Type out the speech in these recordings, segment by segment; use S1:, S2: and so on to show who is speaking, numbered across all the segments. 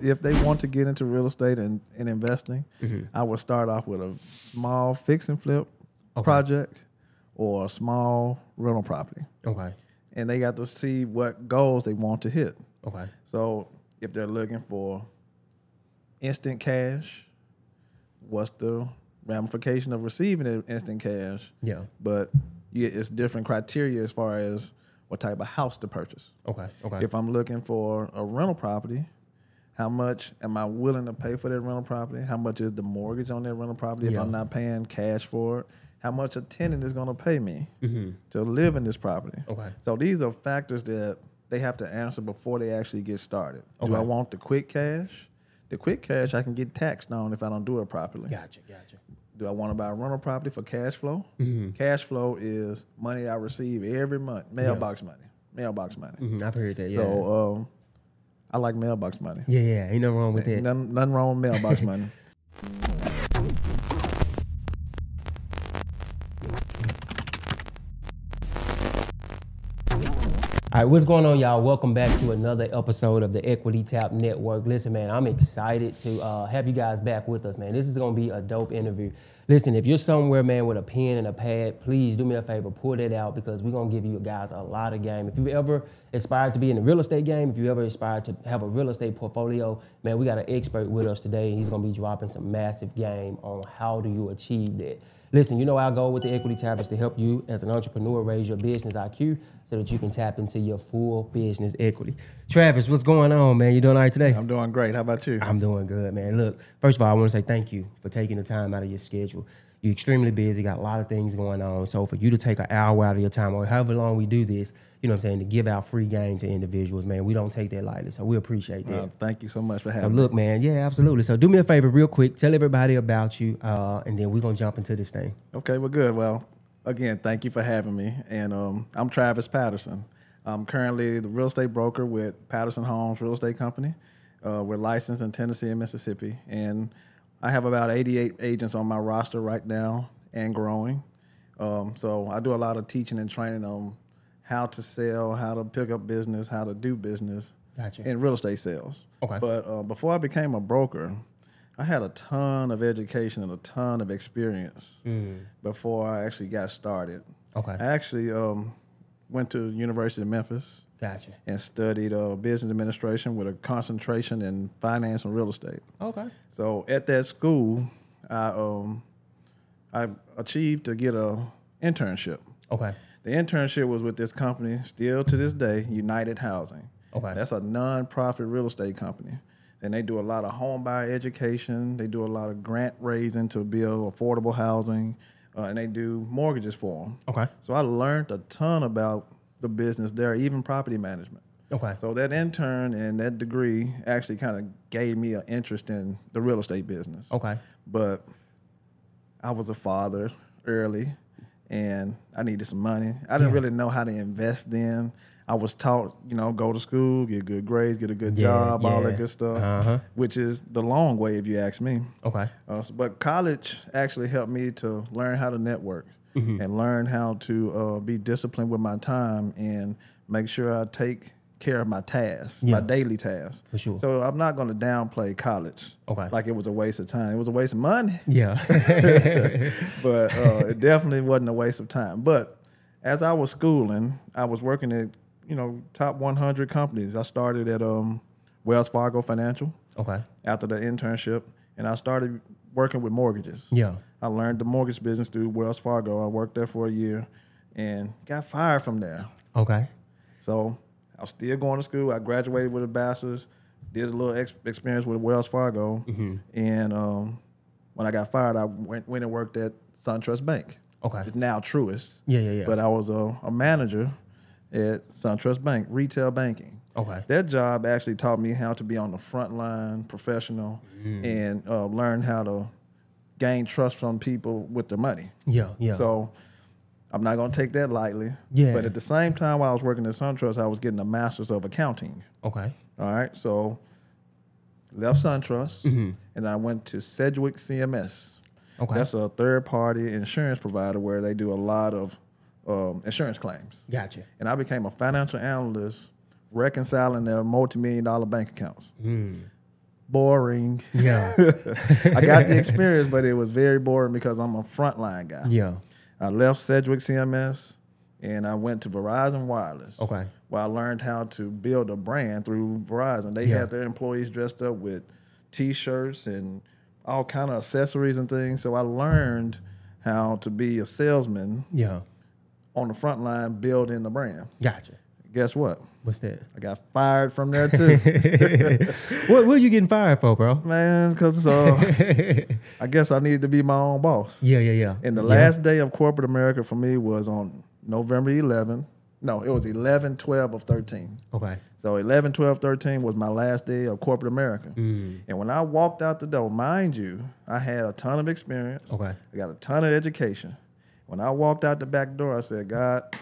S1: if they want to get into real estate and, and investing, I would start off with a small fix and flip project or a small rental property.
S2: Okay.
S1: And they got to see what goals they want to hit.
S2: Okay.
S1: So if they're looking for instant cash, what's the ramification of receiving it instant cash?
S2: Yeah.
S1: But yeah, it's different criteria as far as what type of house to purchase.
S2: Okay. Okay.
S1: If I'm looking for a rental property, how much am I willing to pay for that rental property? How much is the mortgage on that rental property if
S2: Yeah.
S1: I'm not paying cash for it? How much a tenant is going to pay me
S2: Mm-hmm.
S1: to live in this property?
S2: Okay.
S1: So these are factors that they have to answer before they actually get started. Do I
S2: Okay.
S1: want the quick cash? The quick cash I can get taxed on if I don't do it properly.
S2: Gotcha. Gotcha.
S1: Do I want to buy a rental property for cash flow?
S2: Mm-hmm.
S1: Cash flow is money I receive every month, mailbox money, mailbox money.
S2: Mhm, I've heard that. Yeah.
S1: So um, I like mailbox money.
S2: yeah, yeah. Ain't nothing wrong with that.
S1: Nothing, nothing wrong with mailbox money.
S2: All right, what's going on, y'all? Welcome back to another episode of the Equity Tap Network. Listen, man, I'm excited to uh, have you guys back with us, man. This is going to be a dope interview. Listen, if you're somewhere, man, with a pen and a pad, please do me a favor, pull that out because we're going to give you guys a lot of game. If you ever aspired to be in the real estate game, if you ever aspired to have a real estate portfolio, man, we got an expert with us today. He's going to be dropping some massive game on how do you achieve that. Listen, you know our goal with the Equity Tap is to help you as an entrepreneur raise your business IQ so that you can tap into your full business equity. Travis, what's going on, man? You doing all right today?
S1: I'm doing great. How about you? Uh,
S2: I'm doing good, man. Look, first of all, I want to say thank you for taking the time out of your schedule. You're extremely busy, got a lot of things going on. So for you to take an hour out of your time or however long we do this, you know what I'm saying, to give out free game to individuals, man, we don't take that lightly. So we appreciate that.
S1: Uh, thank you so much for
S2: So
S1: having me.
S2: look, man, yeah, absolutely. So do me a favor real quick, tell everybody about you, uh, and then we're gonna jump into this thing.
S1: Okay, well, good. Well, again, thank you for having me. And um, I'm Travis Patterson. I'm currently the real estate broker with Patterson Homes Real Estate Company. Uh, we're licensed in Tennessee and Mississippi. And I have about 88 agents on my roster right now and growing. Um, so I do a lot of teaching and training on how to sell, how to pick up business, how to do business
S2: Gotcha.
S1: in real estate sales.
S2: Okay.
S1: But uh, before I became a broker, I had a ton of education and a ton of experience before I actually got started.
S2: Mm. Okay.
S1: I actually um, went to University of Memphis
S2: Gotcha.
S1: and studied uh, business administration with a concentration in finance and real estate.
S2: Okay.
S1: So at that school, I um, I achieved to get a internship.
S2: Okay.
S1: The internship was with this company still to this day, United Housing.
S2: Okay.
S1: That's a non-profit real estate company. And they do a lot of home buyer education. They do a lot of grant raising to build affordable housing, uh, and they do mortgages for them.
S2: Okay.
S1: So I learned a ton about the business there, even property management.
S2: Okay.
S1: So that intern and that degree actually kind of gave me an interest in the real estate business
S2: Okay.
S1: but I was a father early and I needed some money. I didn't really know how to invest then. I was taught, you know, go to school, get good grades, get a good
S2: Yeah,
S1: job, all
S2: yeah.
S1: that good stuff,
S2: Uh-huh.
S1: which is the long way if you ask me.
S2: Okay.
S1: Uh, s- but college actually helped me to learn how to network
S2: Mm-hmm.
S1: and learn how to uh, be disciplined with my time and make sure I take care of my tasks,
S2: Yeah.
S1: my daily tasks.
S2: For sure.
S1: So I'm not going to downplay college.
S2: Okay.
S1: Like it was a waste of time. It was a waste of money,
S2: Yeah.
S1: but uh, it definitely wasn't a waste of time. But as I was schooling, I was working at you know top 100 companies. I started at um, Wells Fargo Financial
S2: okay.
S1: after the internship, and I started working with mortgages.
S2: Yeah.
S1: I learned the mortgage business through Wells Fargo. I worked there for a year and got fired from there.
S2: Okay.
S1: So I was still going to school. I graduated with a bachelor's, did a little ex- experience with Wells Fargo.
S2: Mm-hmm.
S1: And um, when I got fired, I went, went and worked at SunTrust Bank.
S2: Okay.
S1: It's now Truist.
S2: Yeah, yeah, yeah.
S1: But I was a, a manager at SunTrust Bank, retail banking.
S2: Okay.
S1: That job actually taught me how to be on the front line, professional,
S2: Mm.
S1: and uh, learn how to gain trust from people with their money.
S2: Yeah. Yeah.
S1: So I'm not going to take that lightly.
S2: Yeah.
S1: But at the same time, while I was working at SunTrust, I was getting a master's of accounting.
S2: okay.
S1: All right. So left SunTrust
S2: Mm-hmm.
S1: and I went to Sedgwick CMS.
S2: Okay.
S1: That's a third party insurance provider where they do a lot of um, insurance claims.
S2: gotcha.
S1: And I became a financial analyst reconciling their multi million dollar bank accounts. boring.
S2: Yeah.
S1: Mm. I got the experience, but it was very boring because I'm a frontline guy.
S2: yeah.
S1: I left Sedgwick CMS and I went to Verizon Wireless.
S2: Okay.
S1: Where I learned how to build a brand through Verizon. They
S2: Yeah.
S1: had their employees dressed up with t-shirts and all kind of accessories and things. So I learned how to be a salesman
S2: Yeah.
S1: on the front line building the brand.
S2: Gotcha.
S1: Guess what?
S2: What's that?
S1: I got fired from there too.
S2: what what are you getting fired for, bro?
S1: Man, because uh,
S2: yeah,
S1: I guess I needed to be my own boss.
S2: yeah, yeah.
S1: And the
S2: Yeah.
S1: last day of corporate America for me was on November 11. No, it was 11, 12 of 13.
S2: Okay.
S1: So 11, 12, 13 was my last day of corporate America.
S2: Mm.
S1: And when I walked out the door, mind you, I had a ton of experience.
S2: Okay.
S1: I got a ton of education. When I walked out the back door, I said, God,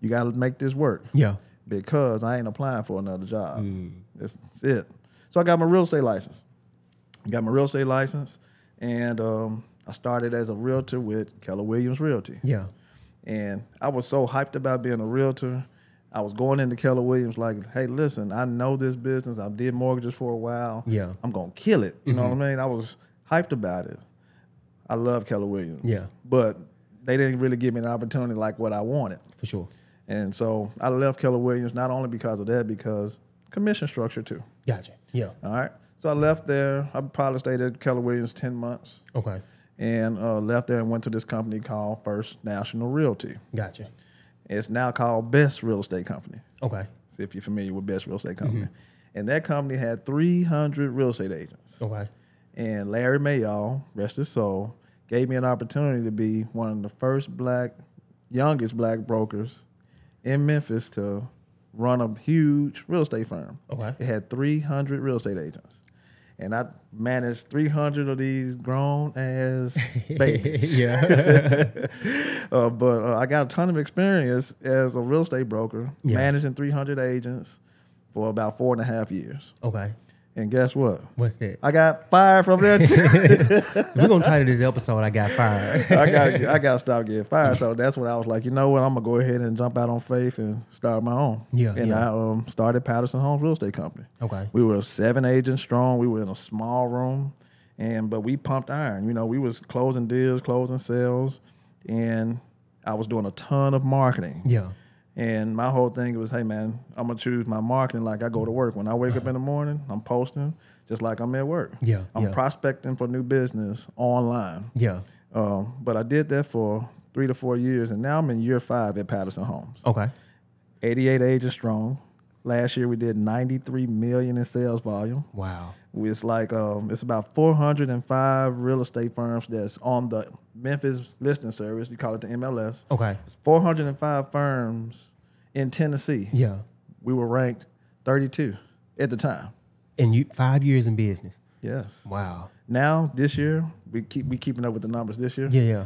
S1: you got to make this work
S2: Yeah.
S1: because I ain't applying for another job.
S2: Mm.
S1: That's, that's it. So I got my real estate license. Got my real estate license, and um, I started as a realtor with Keller Williams Realty.
S2: Yeah.
S1: And I was so hyped about being a realtor. I was going into Keller Williams like, hey, listen, I know this business. I did mortgages for a while.
S2: Yeah. Mm-hmm.
S1: I'm gonna kill it. You know what I mean? I was hyped about it. I love Keller Williams.
S2: Yeah.
S1: But they didn't really give me an opportunity like what I wanted.
S2: For sure.
S1: And so I left Keller Williams not only because of that, because commission structure too.
S2: Gotcha. Yeah.
S1: All right. So I left there. I probably stayed at Keller Williams 10 months
S2: Okay.
S1: and uh, left there and went to this company called First National Realty.
S2: Gotcha.
S1: It's now called Best Real Estate Company,
S2: Okay.
S1: if you're familiar with Best Real Estate Company. And that company had 300 real estate agents.
S2: Okay.
S1: And Larry Mayall, rest his soul, gave me an opportunity to be one of the first black, youngest black brokers in Memphis to run a huge real estate firm.
S2: Okay.
S1: It had 300 real estate agents. And I managed 300 of these grown ass babies.
S2: yeah.
S1: Uh, but uh, I got a ton of experience as a real estate broker,
S2: Yeah.
S1: managing 300 agents for about four and a half years.
S2: okay.
S1: And guess what?
S2: What's that?
S1: I got fired from there too.
S2: We're gonna title this episode "I Got Fired."
S1: I got I got to stop getting fired. So that's when I was like, you know what? I'm gonna go ahead and jump out on faith and start my own.
S2: Yeah,
S1: And
S2: yeah.
S1: I um, started Patterson Homes Real Estate Company.
S2: Okay.
S1: We were seven agents strong. We were in a small room, and but we pumped iron. You know, we was closing deals, closing sales, and I was doing a ton of marketing.
S2: Yeah.
S1: And my whole thing was, hey man, I'm gonna choose my marketing like I go to work. When I wake up in the morning, I'm posting just like I'm at work.
S2: Yeah,
S1: I'm
S2: yeah.
S1: prospecting for new business online.
S2: Yeah.
S1: Um, but I did that for three to four years, and now I'm in year five at Patterson Homes.
S2: Okay.
S1: 88 agents strong. Last year we did 93 million in sales volume.
S2: Wow.
S1: It's like um, it's about 405 real estate firms that's on the Memphis listing service. You call it the MLS.
S2: Okay.
S1: It's 405 firms in Tennessee.
S2: Yeah.
S1: We were ranked 32 at the time.
S2: And you five years in business.
S1: Yes.
S2: Wow.
S1: Now this year we keep we keeping up with the numbers this year.
S2: Yeah. Yeah.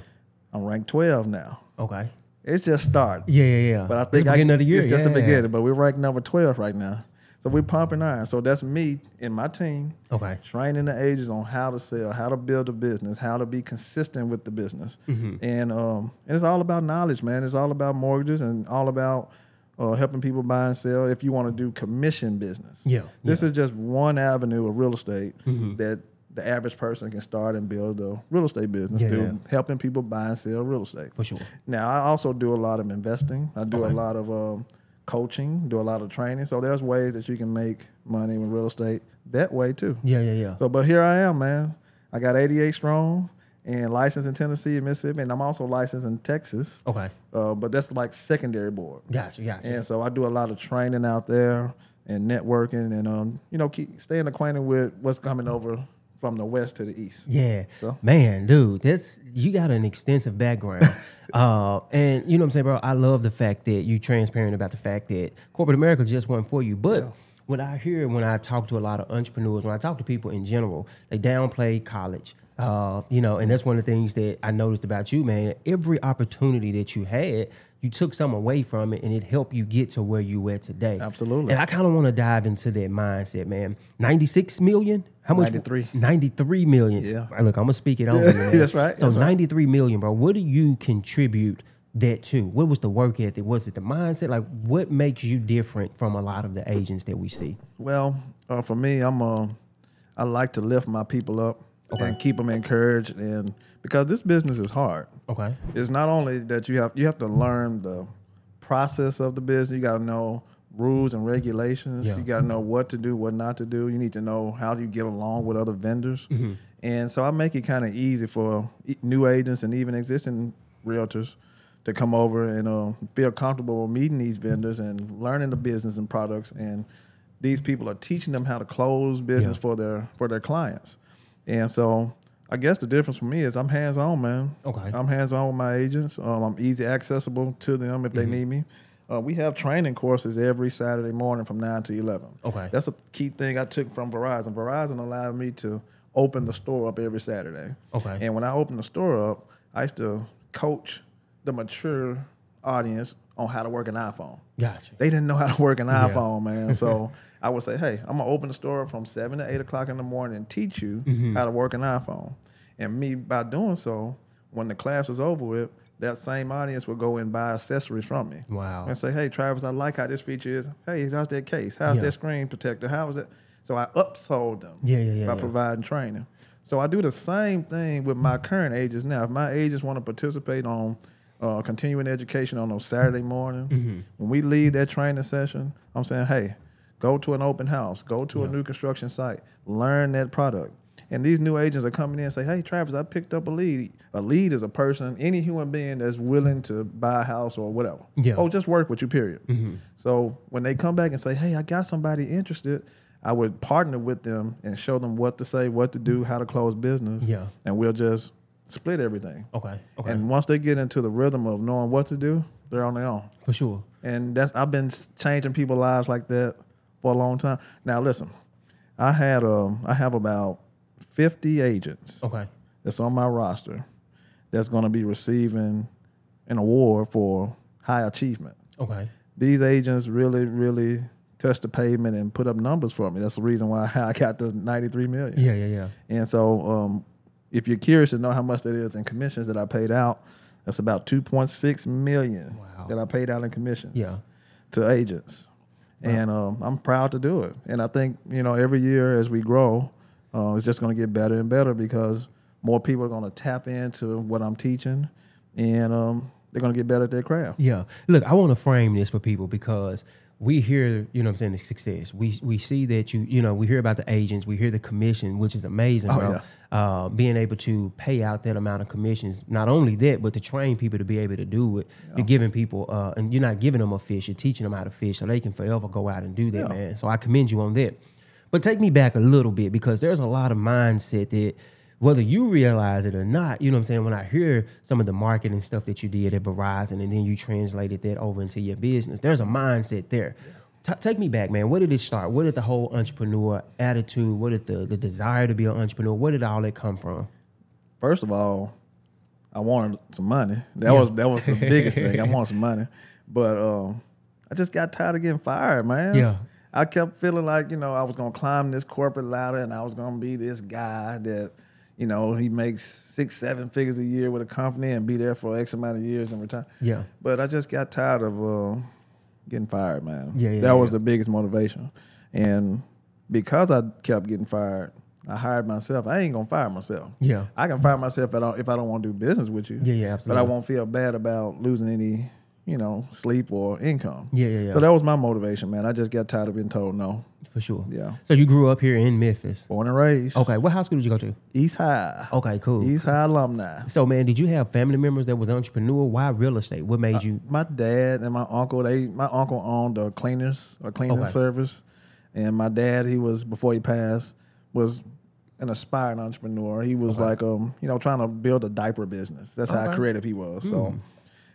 S1: I'm ranked 12 now.
S2: Okay.
S1: It's just starting.
S2: Yeah. Yeah. Yeah.
S1: But I
S2: It's
S1: think
S2: the
S1: I,
S2: beginning of the year.
S1: it's just the
S2: yeah.
S1: beginning. But we're ranked number twelve right now, so we're pumping iron. So that's me and my team
S2: Okay.
S1: training the agents on how to sell, how to build a business, how to be consistent with the business,
S2: Mm-hmm.
S1: and um, and it's all about knowledge, man. It's all about mortgages and all about uh, helping people buy and sell. If you want to do commission business,
S2: Yeah, Mm-hmm.
S1: this is just one avenue of real estate that. The average person can start and build a real estate business
S2: Yeah,
S1: through
S2: yeah.
S1: helping people buy and sell real estate.
S2: For sure.
S1: Now I also do a lot of investing. I do
S2: Okay.
S1: a lot of um, coaching, do a lot of training. So there's ways that you can make money with real estate that way too.
S2: Yeah. Yeah. Yeah.
S1: So, but here I am, man. I got 88 strong and licensed in Tennessee and Mississippi, and I'm also licensed in Texas.
S2: Okay.
S1: Uh, but that's like secondary board.
S2: Oh. Gotcha. Gotcha.
S1: And so I do a lot of training out there and networking, and um, you know, keep staying acquainted with what's coming over from the west to the east.
S2: Yeah.
S1: So?
S2: Man, dude, that's you got an extensive background. uh, and you know what I'm saying, bro? I love the fact that you transparent about the fact that corporate America just wasn't for you. But what I hear when I talk to a lot of entrepreneurs, when I talk to people in general, they downplay college. Uh, you know, and that's one of the things that I noticed about you, man. Every opportunity that you had, you took some away from it and it helped you get to where you were today.
S1: Absolutely.
S2: And I kind of want to dive into that mindset, man. 96 million? How much?
S1: 93.
S2: 93 million.
S1: Yeah.
S2: All right, Look, I'm gonna speak it over. you, man.
S1: That's right,
S2: So
S1: that's right.
S2: 93 million, bro. What do you contribute that to? What was the work ethic? Was it the mindset? Like, what makes you different from a lot of the agents that we see?
S1: Well, uh, for me, I'm uh, I I like to lift my people up and keep them encouraged, and because this business is hard.
S2: Okay.
S1: It's not only that you have you have to learn the process of the business. You got to know rules and regulations.
S2: Yeah.
S1: You got to know what to do, what not to do. You need to know how you get along with other vendors.
S2: Mm-hmm.
S1: And so I make it kind of easy for e- new agents and even existing realtors to come over and uh, feel comfortable meeting these vendors and learning the business and products. And these people are teaching them how to close business
S2: Yeah.
S1: for their for their clients. And so I guess the difference for me is I'm hands on, man.
S2: Okay.
S1: I'm hands on with my agents. Um, I'm easy accessible to them if they
S2: Mm-hmm.
S1: need me. Uh, we have training courses every Saturday morning from 9 to 11.
S2: Okay.
S1: That's a key thing I took from Verizon. Verizon allowed me to open the store up every Saturday.
S2: Okay.
S1: And when I opened the store up, I used to coach the mature audience on how to work an iPhone.
S2: Gotcha.
S1: They didn't know how to work an iPhone, man. So I would say, hey, I'm gonna open the store from seven to eight o'clock in the morning and teach you
S2: Mm-hmm.
S1: how to work an iPhone. And me by doing so, when the class was over with, that same audience would go and buy accessories from me.
S2: Wow.
S1: And say, hey, Travis, I like how this feature is. Hey, how's that case? How's
S2: Yeah.
S1: that screen protector? How is it? So I upsold them
S2: Yeah, yeah, yeah,
S1: by
S2: yeah.
S1: providing training. So I do the same thing with my current agents now. If my agents want to participate on uh, continuing education on those Saturday morning,
S2: Mm-hmm.
S1: when we leave that training session, I'm saying, hey, go to an open house, go to a new construction site, learn that product. And these new agents are coming in and say, hey, Travis, I picked up a lead. A lead is a person, any human being that's willing to buy a house or whatever.
S2: Yeah.
S1: Oh, just work with you, period.
S2: Mm-hmm.
S1: So when they come back and say, hey, I got somebody interested, I would partner with them and show them what to say, what to do, how to close business.
S2: Yeah.
S1: And we'll just split everything.
S2: Okay. Okay.
S1: And once they get into the rhythm of knowing what to do, they're on their own.
S2: For sure.
S1: And that's I've been s- changing people's lives like that for a long time. Now listen, I had um I have about fifty agents
S2: Okay.
S1: that's on my roster that's going to be receiving an award for high achievement.
S2: Okay.
S1: These agents really, really touched the pavement and put up numbers for me. That's the reason why I got the 93 million.
S2: Yeah. Yeah. Yeah.
S1: And so, um, if you're curious to know how much that is in commissions that I paid out, that's about 2.6 million
S2: Wow.
S1: that I paid out in commissions
S2: Yeah.
S1: to agents. And um, I'm proud to do it. And I think, you know, every year as we grow, uh, it's just going to get better and better because more people are going to tap into what I'm teaching and um, they're going to get better at their craft.
S2: Yeah. Look, I want to frame this for people because we hear, you know what I'm saying, the success. We we see that you, you know, we hear about the agents, we hear the commission, which is amazing, bro.
S1: yeah.
S2: Uh, being able to pay out that amount of commissions. Not only that, but to train people to be able to do it. You're giving people uh, and you're not giving them a fish, you're teaching them how to fish so they can forever go out and do that, man. So I commend you on that. But take me back a little bit because there's a lot of mindset that whether you realize it or not, you know what I'm saying? When I hear some of the marketing stuff that you did at Verizon and then you translated that over into your business, there's a mindset there. Ta take me back, man. Where did it start? Where did the whole entrepreneur attitude, where did the, the desire to be an entrepreneur, where did all that come from?
S1: First of all, I wanted some money. That was that was the biggest thing. I wanted some money, but um, I just got tired of getting fired, man.
S2: Yeah.
S1: I kept feeling like you know I was gonna climb this corporate ladder and I was gonna be this guy that you know he makes six seven figures a year with a company and be there for X amount of years and retire.
S2: Yeah.
S1: But I just got tired of uh, getting fired, man.
S2: Yeah, yeah,
S1: that was
S2: yeah.
S1: the biggest motivation, and because I kept getting fired, I hired myself. I ain't gonna fire myself.
S2: Yeah.
S1: I can fire myself at all if I don't want to do business with you.
S2: Yeah, yeah,
S1: But
S2: absolutely.
S1: I won't feel bad about losing any, you know, sleep or income.
S2: Yeah, yeah, yeah.
S1: So that was my motivation, man. I just got tired of being told no.
S2: For sure.
S1: Yeah.
S2: So you grew up here in Memphis.
S1: Born and raised.
S2: Okay. Oh. What high school did you go to?
S1: East High.
S2: Okay, cool.
S1: East High alumni.
S2: So, man, did you have family members that was entrepreneur? Why real estate? What made you?
S1: My dad and my uncle, they my uncle owned a cleaners, a cleaning
S2: Okay.
S1: service. And my dad, he was before he passed, was an aspiring entrepreneur. He was like um, you know, trying to build a diaper business. That's how
S2: Okay. Hmm.
S1: creative he was. So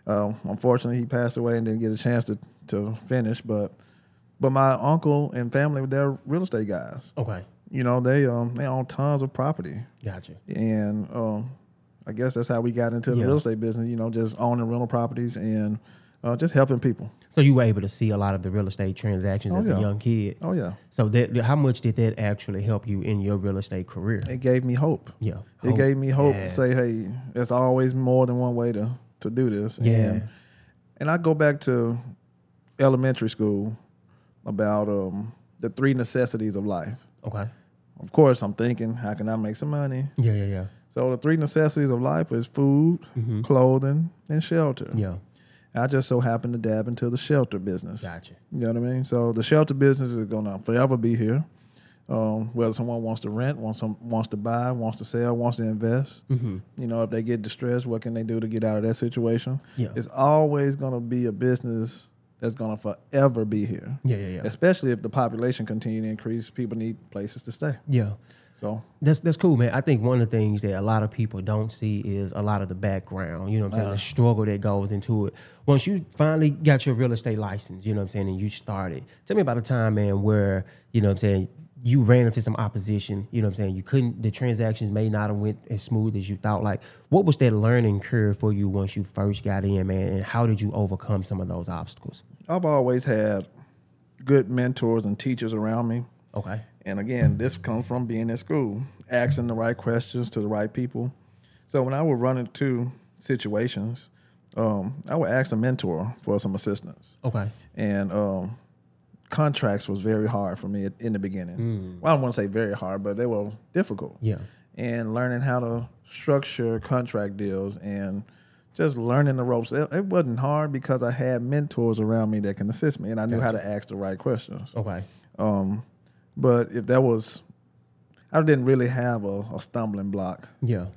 S1: um, unfortunately he passed away and didn't get a chance to, to finish, but but my uncle and family, they're real estate guys.
S2: Okay.
S1: You know, they um they own tons of property
S2: Gotcha.
S1: and um, I guess that's how we got into the
S2: Yeah.
S1: real estate business. You know, just owning rental properties and uh, just helping people.
S2: So you were able to see a lot of the real estate transactions
S1: Oh,
S2: as a
S1: yeah.
S2: young kid.
S1: Oh yeah,
S2: So that how much did that actually help you in your real estate career?
S1: it gave me hope.
S2: Yeah.
S1: It gave me hope
S2: Yeah.
S1: to say, hey, there's always more than one way to to do this.
S2: Yeah.
S1: And, and I go back to elementary school about um, the three necessities of life:
S2: Okay.
S1: of course, I'm thinking, how can I make some money?
S2: Yeah, yeah, yeah.
S1: So the three necessities of life is food, clothing, and shelter.
S2: Mm-hmm. Yeah.
S1: I just so happened to dab into the shelter business.
S2: Gotcha.
S1: You know what I mean? So the shelter business is gonna forever be here. Um, whether someone wants to rent, wants some, wants to buy, wants to sell, wants to invest.
S2: Mm-hmm.
S1: You know, if they get distressed, what can they do to get out of that situation?
S2: Yeah.
S1: It's always gonna be a business that's gonna forever be here.
S2: Yeah, yeah, yeah.
S1: Especially if the population continue to increase, people need places to stay.
S2: yeah.
S1: So
S2: That's that's cool, man. I think one of the things that a lot of people don't see is a lot of the background. You know what I'm saying? The struggle that goes into it. Once you finally got your real estate license, you know what I'm saying, and you started. Tell me about a time, man, where you know what I'm saying you ran into some opposition. You know what I'm saying? You couldn't. The transactions may not have went as smooth as you thought. Like, what was that learning curve for you once you first got in, man? And how did you overcome some of those obstacles?
S1: I've always had good mentors and teachers around me.
S2: Okay.
S1: And again, this comes from being in school, asking the right questions to the right people. So when I would run into situations, um, I would ask a mentor for some assistance.
S2: Okay.
S1: And um, contracts was very hard for me at- in the beginning. Well, I don't want to say very hard, but they were difficult.
S2: Yeah.
S1: And learning how to structure contract deals and just learning the ropes. It, it wasn't hard because I had mentors around me that can assist me, and I knew how to ask the right questions.
S2: Okay.
S1: Um, but if that was, I didn't really have a, a stumbling block
S2: Yeah.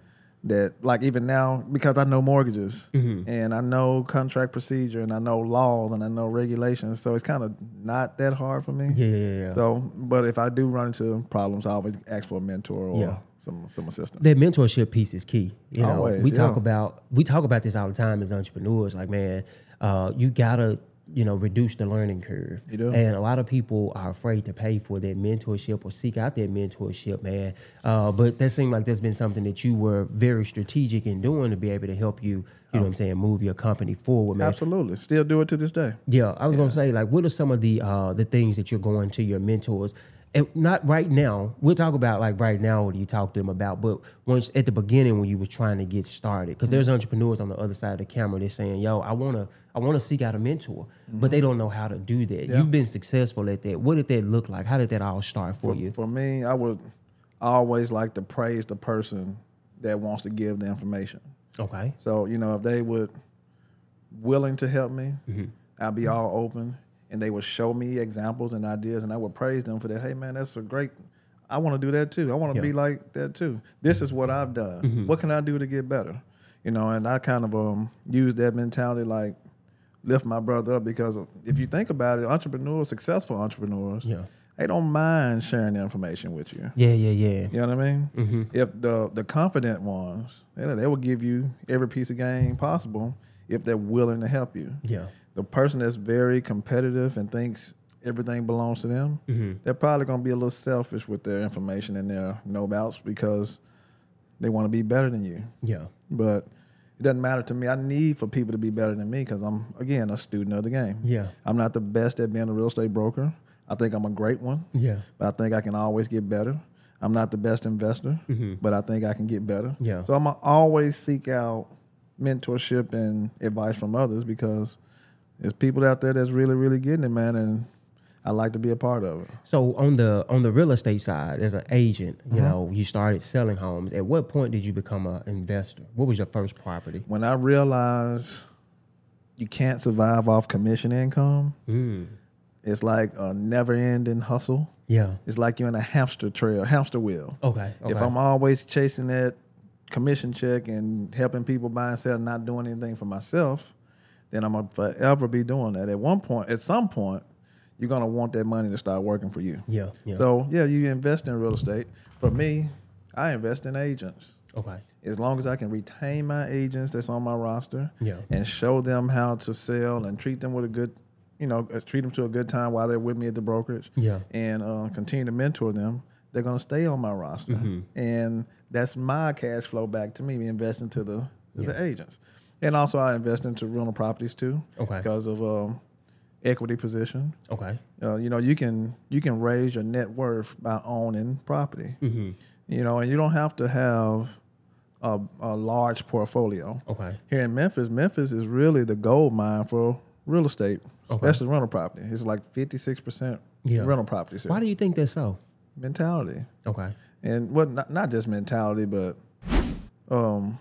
S1: that, like, even now, because I know mortgages
S2: Mm-hmm.
S1: and I know contract procedure and I know laws and I know regulations. So it's kind of not that hard for me.
S2: Yeah. Yeah. yeah.
S1: So, but if I do run into problems, I always ask for a mentor or
S2: Yeah.
S1: some, some assistance.
S2: that mentorship piece is key. You know,
S1: Always,
S2: we talk
S1: yeah.
S2: about we talk about this all the time as entrepreneurs. Like, man, uh, you gotta you know reduce the learning curve.
S1: You do.
S2: And a lot of people are afraid to pay for that mentorship or seek out that mentorship, man. Uh, but that seemed like that's been something that you were very strategic in doing to be able to help you.
S1: Oh.
S2: You know what I'm saying? Move your company forward, man.
S1: Absolutely. Still do it to this day.
S2: Yeah, I was gonna say like, what are some of the uh, the things that you're going to your mentors, and not right now. We'll talk about like right now what you talk to them about, but once at the beginning when you were trying to get started, because there's entrepreneurs on the other side of the camera that's saying, "Yo, I wanna I wanna seek out a mentor," but they don't know how to do that. You've been successful at that. What did that look like? How did that all start for you?
S1: For me, I would always like to praise the person that wants to give the information.
S2: Okay.
S1: So you know, if they would willing to help me,
S2: Mm-hmm.
S1: I'd be all open, and they would show me examples and ideas, and I would praise them for that. Hey, man, that's a great. I want to do that too. I want to
S2: Yeah. Mm-hmm.
S1: be like that too. This is what I've done. What can I do to get better? You know, and I kind of um use that mentality like lift my brother up because if you think about it, entrepreneurs, successful entrepreneurs,
S2: Yeah.
S1: they don't mind sharing the information with you.
S2: Yeah, yeah, yeah.
S1: You know what I mean? If the the confident ones, they, they will give you every piece of game possible if they're willing to help you.
S2: Yeah.
S1: The person that's very competitive and thinks everything belongs to them, they're probably going to be a little selfish with their information and their know abouts because they want to be better than you.
S2: Yeah.
S1: But it doesn't matter to me. I need for people to be better than me because I'm again a student of the game.
S2: Yeah.
S1: I'm not the best at being a real estate broker. I think I'm a great one
S2: Yeah.
S1: but I think I can always get better. I'm not the best investor, but I think I can get better.
S2: Yeah.
S1: So I'm gonna always seek out mentorship and advice from others because there's people out there that's really, really getting it, man, and I like to be a part of it.
S2: So on the on the real estate side, as an agent, you
S1: Uh-huh.
S2: know, you started selling homes. At what point did you become an investor? What was your first property?
S1: When I realized you can't survive off commission income,
S2: Mm.
S1: it's like a never-ending hustle.
S2: Yeah.
S1: It's like you're in a hamster trail, hamster wheel.
S2: Okay. okay.
S1: If I'm always chasing that commission check and helping people buy and sell, and not doing anything for myself, then I'm gonna forever be doing that. At one point, at some point, you're gonna want that money to start working for you.
S2: yeah. Yeah.
S1: So yeah, you invest in real estate. For me, I invest in agents.
S2: okay.
S1: As long as I can retain my agents that's on my roster
S2: Yeah.
S1: and show them how to sell and treat them with a good, you know, uh, treat them to a good time while they're with me at the brokerage
S2: Yeah.
S1: and uh, continue to mentor them, they're going to stay on my roster.
S2: Mm-hmm.
S1: And that's my cash flow back to me, me investing to the, to the agents. And also, I invest into rental properties too
S2: Okay.
S1: because of um, equity position.
S2: Okay.
S1: Uh, you know, you can you can raise your net worth by owning property.
S2: Mm-hmm.
S1: You know, and you don't have to have a, a large portfolio.
S2: Okay.
S1: Here in Memphis, Memphis is really the gold mine for real estate,
S2: Okay.
S1: especially rental property. It's like fifty six percent
S2: Yeah.
S1: rental properties here.
S2: Why do you think that's so?
S1: mentality,
S2: Okay.
S1: and well, not, not just mentality, but um,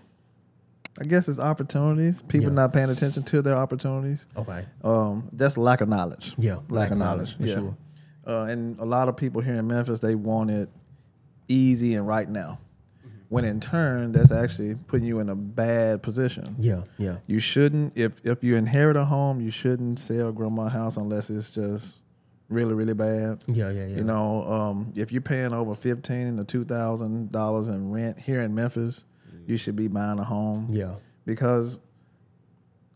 S1: I guess it's opportunities. People
S2: Yeah.
S1: not paying attention to their opportunities.
S2: Okay.
S1: Um, that's lack of knowledge.
S2: Yeah,
S1: lack, of knowledge.
S2: for
S1: yeah.
S2: sure.
S1: Uh, and a lot of people here in Memphis, they want it easy and right now.
S2: Mm-hmm.
S1: When in turn, that's actually putting you in a bad position.
S2: Yeah. Yeah.
S1: You shouldn't, if if you inherit a home, you shouldn't sell grandma house unless it's just really really bad.
S2: Yeah. Yeah. Yeah.
S1: You know, um, if you're paying over fifteen to two thousand dollars in rent here in Memphis, you should be buying a home
S2: Yeah.
S1: because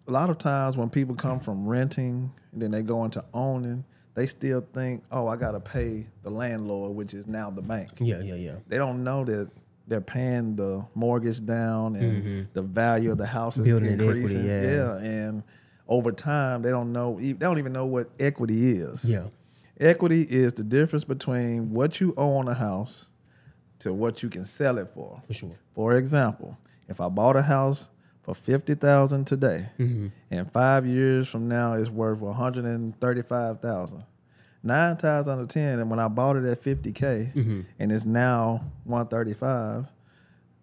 S1: a lot of times when people come from renting and then they go into owning, they still think, oh, I got to pay the landlord, which is now the bank.
S2: Yeah. Yeah. Yeah.
S1: They don't know that they're paying the mortgage down and the value of the house is
S2: Mm-hmm. Building the equity,
S1: increasing.
S2: yeah.
S1: and over time they don't know e- they don't even know what equity is.
S2: Yeah.
S1: Equity is the difference between what you owe on a house to what you can sell it for.
S2: For sure.
S1: For example, if I bought a house for fifty thousand today,
S2: Hmm.
S1: and five years from now it's worth one hundred and thirty-five thousand. Nine times out of ten, and when I bought it at fifty k, and it's now one thirty-five,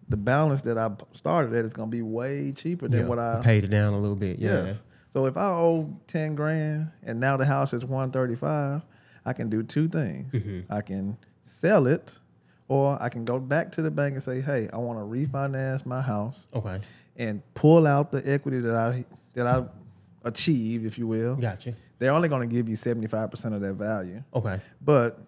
S1: the balance that I b- started at is going to be way cheaper than
S2: yeah.
S1: what I
S2: paid it down a little bit. Yeah.
S1: Yes. So if I owe ten grand and now the house is one thirty five, I can do two things. I can sell it, or I can go back to the bank and say, "Hey, I want to refinance my house
S2: Okay.
S1: and pull out the equity that I that I achieved, if you will."
S2: Gotcha.
S1: They're only going to give you seventy five percent of that value,
S2: Okay. mm-hmm.
S1: but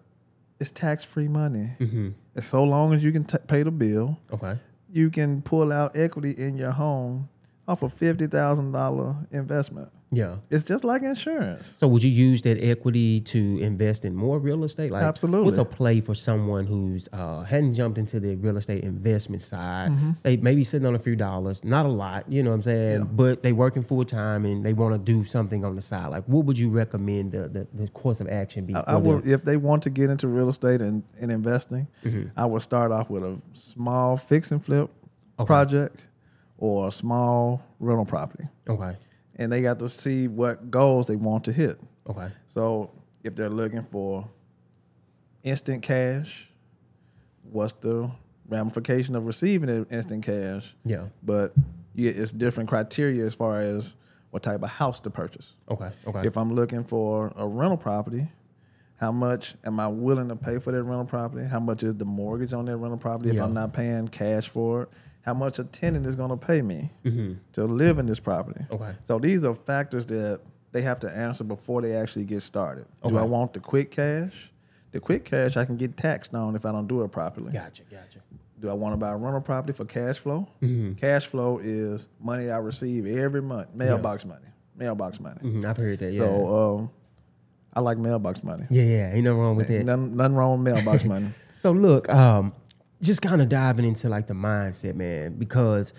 S1: it's tax free money.
S2: Mm.
S1: And so long as you can t- pay the bill,
S2: Okay.
S1: you can pull out equity in your home off a fifty thousand dollar investment.
S2: Yeah.
S1: It's just like insurance.
S2: So would you use that equity to invest in more real estate? Like
S1: Absolutely.
S2: What's a play for someone who's uh, hadn't jumped into the real estate investment side?
S1: Mm-hmm.
S2: They maybe sitting on a few dollars, not a lot, you know what I'm saying? But they working full time and they want to do something on the side. Like what would you recommend the, the, the course of action be?
S1: I,
S2: for
S1: I will,
S2: them?
S1: if they want to get into real estate and, and investing, I would start off with a small fix and flip project or a small rental property.
S2: Okay.
S1: And they got to see what goals they want to hit.
S2: Okay.
S1: So if they're looking for instant cash, what's the ramification of receiving it instant cash?
S2: Yeah.
S1: But yeah, it's different criteria as far as what type of house to purchase.
S2: Okay. Okay.
S1: If I'm looking for a rental property, how much am I willing to pay for that rental property? How much is the mortgage on that rental property if
S2: Yeah.
S1: I'm not paying cash for it? How much a tenant is going to pay me to live in this property?
S2: Mm-hmm. Okay.
S1: So these are factors that they have to answer before they actually get started. Do I
S2: Okay.
S1: want the quick cash? The quick cash I can get taxed on if I don't do it properly.
S2: Gotcha. Gotcha. Mm-hmm.
S1: Do I want to buy a rental property for cash flow? Cash flow is money I receive every month, mailbox money, mailbox money.
S2: Mhm, I've heard that. Yeah.
S1: So um, I like mailbox money.
S2: yeah. Yeah. Ain't nothing wrong with that.
S1: Nothing, nothing wrong with mailbox money.
S2: So look, um, just kind of diving into like the mindset, man, because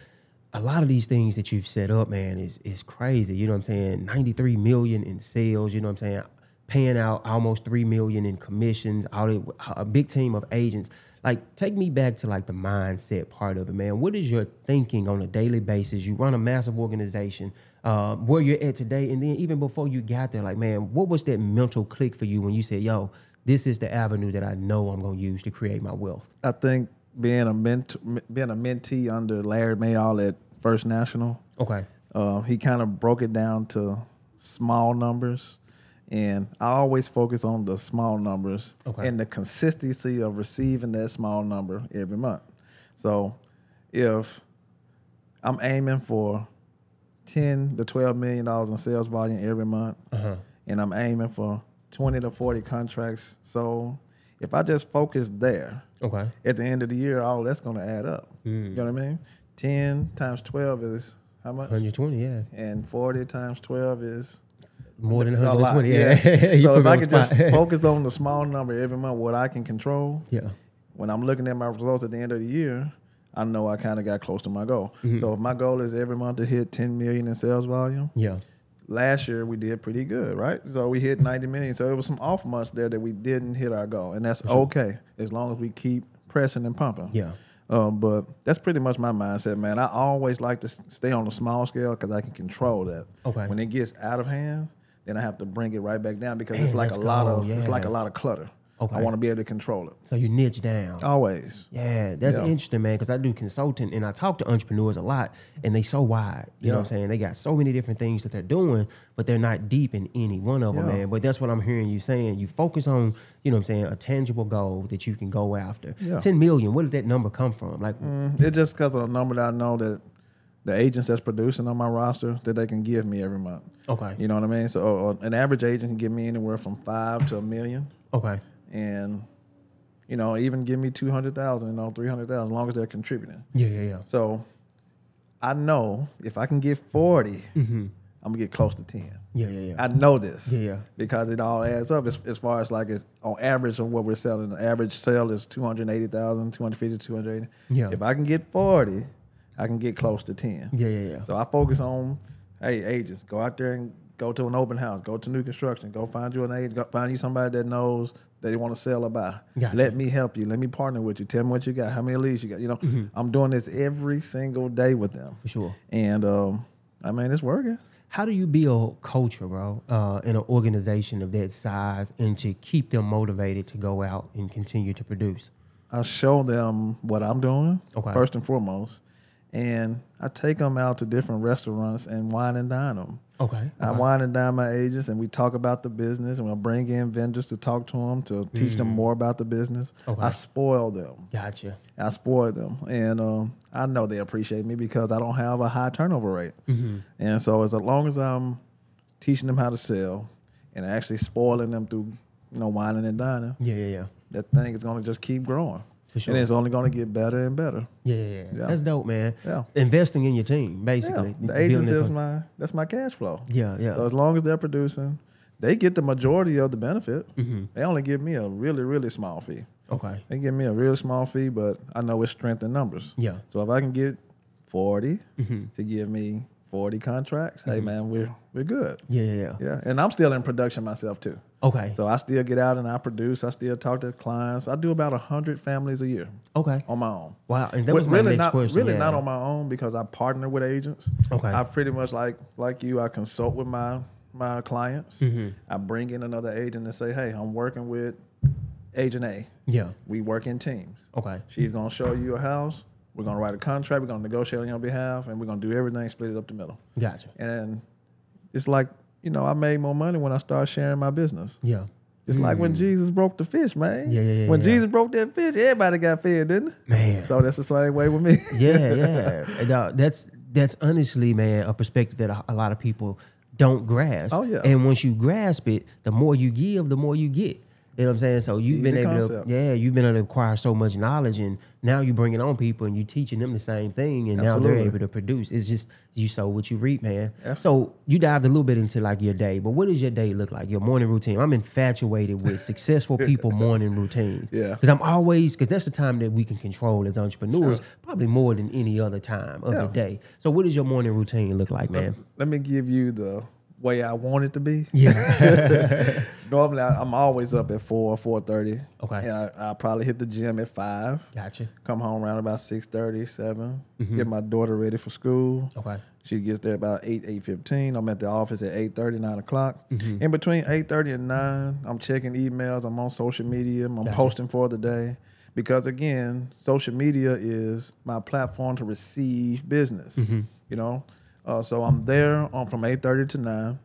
S2: a lot of these things that you've set up, man, is is crazy. You know what I'm saying? 93 million in sales. You know what I'm saying? Paying out almost three million in commissions. Out a big team of agents. Like, take me back to like the mindset part of it, man. What is your thinking on a daily basis? You run a massive organization. Uh, where you're at today, and then even before you got there, like, man, what was that mental click for you when you said, "Yo, this is the avenue that I know I'm going to use to create my wealth.
S1: I think being a ment- being a mentee under Larry Mayall at First National,
S2: Okay.
S1: uh, he kind of broke it down to small numbers, and I always focus on the small numbers
S2: Okay.
S1: and the consistency of receiving that small number every month. So, if I'm aiming for ten to twelve million dollars in sales volume every month, and I'm aiming for twenty to forty contracts. So if I just focus there,
S2: Okay.
S1: at the end of the year, all that's going to add up.
S2: Mm.
S1: You know what I mean? Ten times twelve is how much?
S2: 120, yeah.
S1: And forty times twelve is
S2: More than
S1: a lot.
S2: 120, yeah. You
S1: so
S2: put
S1: if
S2: me
S1: I
S2: on
S1: could
S2: the
S1: just
S2: spot.
S1: focus on the small number every month, what I can control,
S2: Yeah.
S1: when I'm looking at my results at the end of the year, I know I kind of got close to my goal.
S2: Mm-hmm.
S1: So if my goal is every month to hit 10 million in sales volume,
S2: Yeah.
S1: last year we did pretty good, right? So we hit 90 million. So it was some off months there that we didn't hit our goal, and that's okay as long as we keep pressing and pumping.
S2: Yeah.
S1: Uh, but that's pretty much my mindset, man. I always like to s- stay on a small scale because I can control that.
S2: Okay.
S1: When it gets out of hand, then I have to bring it right back down because
S2: Man,
S1: it's like a
S2: let's
S1: lot
S2: go,
S1: of it's like a
S2: yeah.
S1: lot of clutter.
S2: Okay.
S1: I want to be able to control it.
S2: So you niche down.
S1: Always.
S2: Yeah, that's
S1: Yeah.
S2: interesting, man, because I do consulting and I talk to entrepreneurs a lot and they so wide. You know what I'm saying? They got so many different things that they're doing, but they're not deep in any one of them,
S1: Yeah.
S2: man. But that's what I'm hearing you saying. You focus on, you know what I'm saying, a tangible goal that you can go after.
S1: Yeah. Mm.
S2: 10 million, where did that number come from? Like,
S1: It's just because of the number that I know that the agents that's producing on my roster that they can give me every month.
S2: okay,
S1: You know what I mean? So uh, an average agent can give me anywhere from five to a million,
S2: okay,
S1: and you know even give me two hundred thousand, you know three hundred thousand, as long as they're contributing.
S2: yeah, yeah, yeah.
S1: So I know if I can get 40 i I'm gonna get close to ten.
S2: Yeah, yeah, Mm-hmm. yeah. Mm-hmm.
S1: I know this.
S2: Yeah, yeah.
S1: Because it all adds up as, as far as like it's on average of what we're selling. The average sale is 280,000, 250, 280.
S2: Yeah.
S1: If I can get 40, I can get close to 10.
S2: yeah, yeah, yeah.
S1: So I focus on, hey, agents, go out there and go to an open house, go to new construction, go find you an agent, go find you somebody that knows that they want to sell or buy.
S2: Gotcha.
S1: Let me help you. Let me partner with you. Tell me what you got, how many leads you got. You know,
S2: Mm-hmm.
S1: I'm doing this every single day with them.
S2: For sure.
S1: And um, I mean, it's working.
S2: How do you build culture, bro, uh, in an organization of that size and to keep them motivated to go out and continue to produce?
S1: I show them what I'm doing
S2: Okay.
S1: first and foremost, and I take them out to different restaurants and wine and dine them.
S2: Okay.
S1: I wine and dine my agents, and we talk about the business, and I bring in vendors to talk to them to teach them more about the business.
S2: Mm. Okay.
S1: I spoil them.
S2: Gotcha.
S1: I spoil them, and um, I know they appreciate me because I don't have a high turnover rate.
S2: Mm.
S1: And so, as long as I'm teaching them how to sell, and actually spoiling them through, you know, whining and dining,
S2: Yeah, yeah, yeah.
S1: that thing is going to just keep growing.
S2: For sure.
S1: And it's only going to get better and better.
S2: Yeah, yeah, yeah.
S1: Yeah.
S2: That's dope, man.
S1: Yeah.
S2: Investing in your team,
S1: Yeah.
S2: basically.
S1: The
S2: Building
S1: agents
S2: it
S1: is
S2: from-
S1: my that's my cash flow.
S2: Yeah, yeah.
S1: So as long as they're producing, they get the majority of the benefit. They only give me a really really small fee.
S2: Mm-hmm. okay.
S1: They give me a real small fee, but I know it's strength in numbers.
S2: Yeah.
S1: So if I can get 40 to give me forty contracts, hey
S2: Mm-hmm.
S1: man, we're we're good.
S2: Yeah, yeah, yeah.
S1: Yeah, and I'm still in production myself too.
S2: Okay.
S1: So I still get out and I produce. I still talk to clients. I do about hundred families a year
S2: okay.
S1: on my own.
S2: Wow. And that
S1: Well,
S2: was my
S1: really
S2: next
S1: not
S2: question.
S1: really
S2: yeah.
S1: not on my own because I partner with agents.
S2: Okay.
S1: I pretty much like like you. I consult with my my clients.
S2: Mm-hmm.
S1: I bring in another agent and say, hey, I'm working with agent A.
S2: Yeah.
S1: We work in teams.
S2: Okay.
S1: She's gonna show you a house. We're gonna write a contract. We're gonna negotiate on your behalf, and we're gonna do everything split it up the middle.
S2: Gotcha.
S1: And it's like you know, I made more money when I started sharing my business.
S2: Yeah.
S1: It's like when Jesus broke the fish, man.
S2: Mm. Yeah, yeah, yeah,
S1: When
S2: yeah.
S1: Jesus broke that fish, everybody got fed, didn't it?
S2: Man.
S1: So that's the same way with me.
S2: yeah, yeah. And, uh, that's that's honestly, man, a perspective that a, a lot of people don't grasp.
S1: Oh, yeah.
S2: And once you grasp it, the more you give, the more you get. You know what I'm saying? So you've been
S1: Easy
S2: able
S1: concept.
S2: to, yeah, you've been able to acquire so much knowledge, and now you bring it on people, and you teaching them the same thing, and now they're
S1: Absolutely.
S2: able to produce. It's just you sow what you reap, man.
S1: Absolutely.
S2: So you dived a little bit into like your day, but what does your day look like? Your morning routine? I'm infatuated with successful people morning routines.
S1: Yeah.
S2: Because I'm always, because that's the time that we can control as entrepreneurs, probably more than any other time of the
S1: Yeah.
S2: day. So, what does your morning routine look like, man?
S1: Let me give you the way I want it to be.
S2: Yeah.
S1: Normally, I, I'm always up at four, four thirty.
S2: Okay.
S1: And I, I probably hit the gym at five.
S2: gotcha.
S1: Come home around about 6.30, 7. Get my daughter ready for school.
S2: Okay.
S1: She gets there about eight, eight fifteen. I'm at the office at 8.30, 9 o'clock. In between eight thirty and nine, I'm checking emails. I'm on social media. I'm posting for the day. Because again, social media is my platform to receive business. You know, uh, so I'm there on from eight thirty to nine.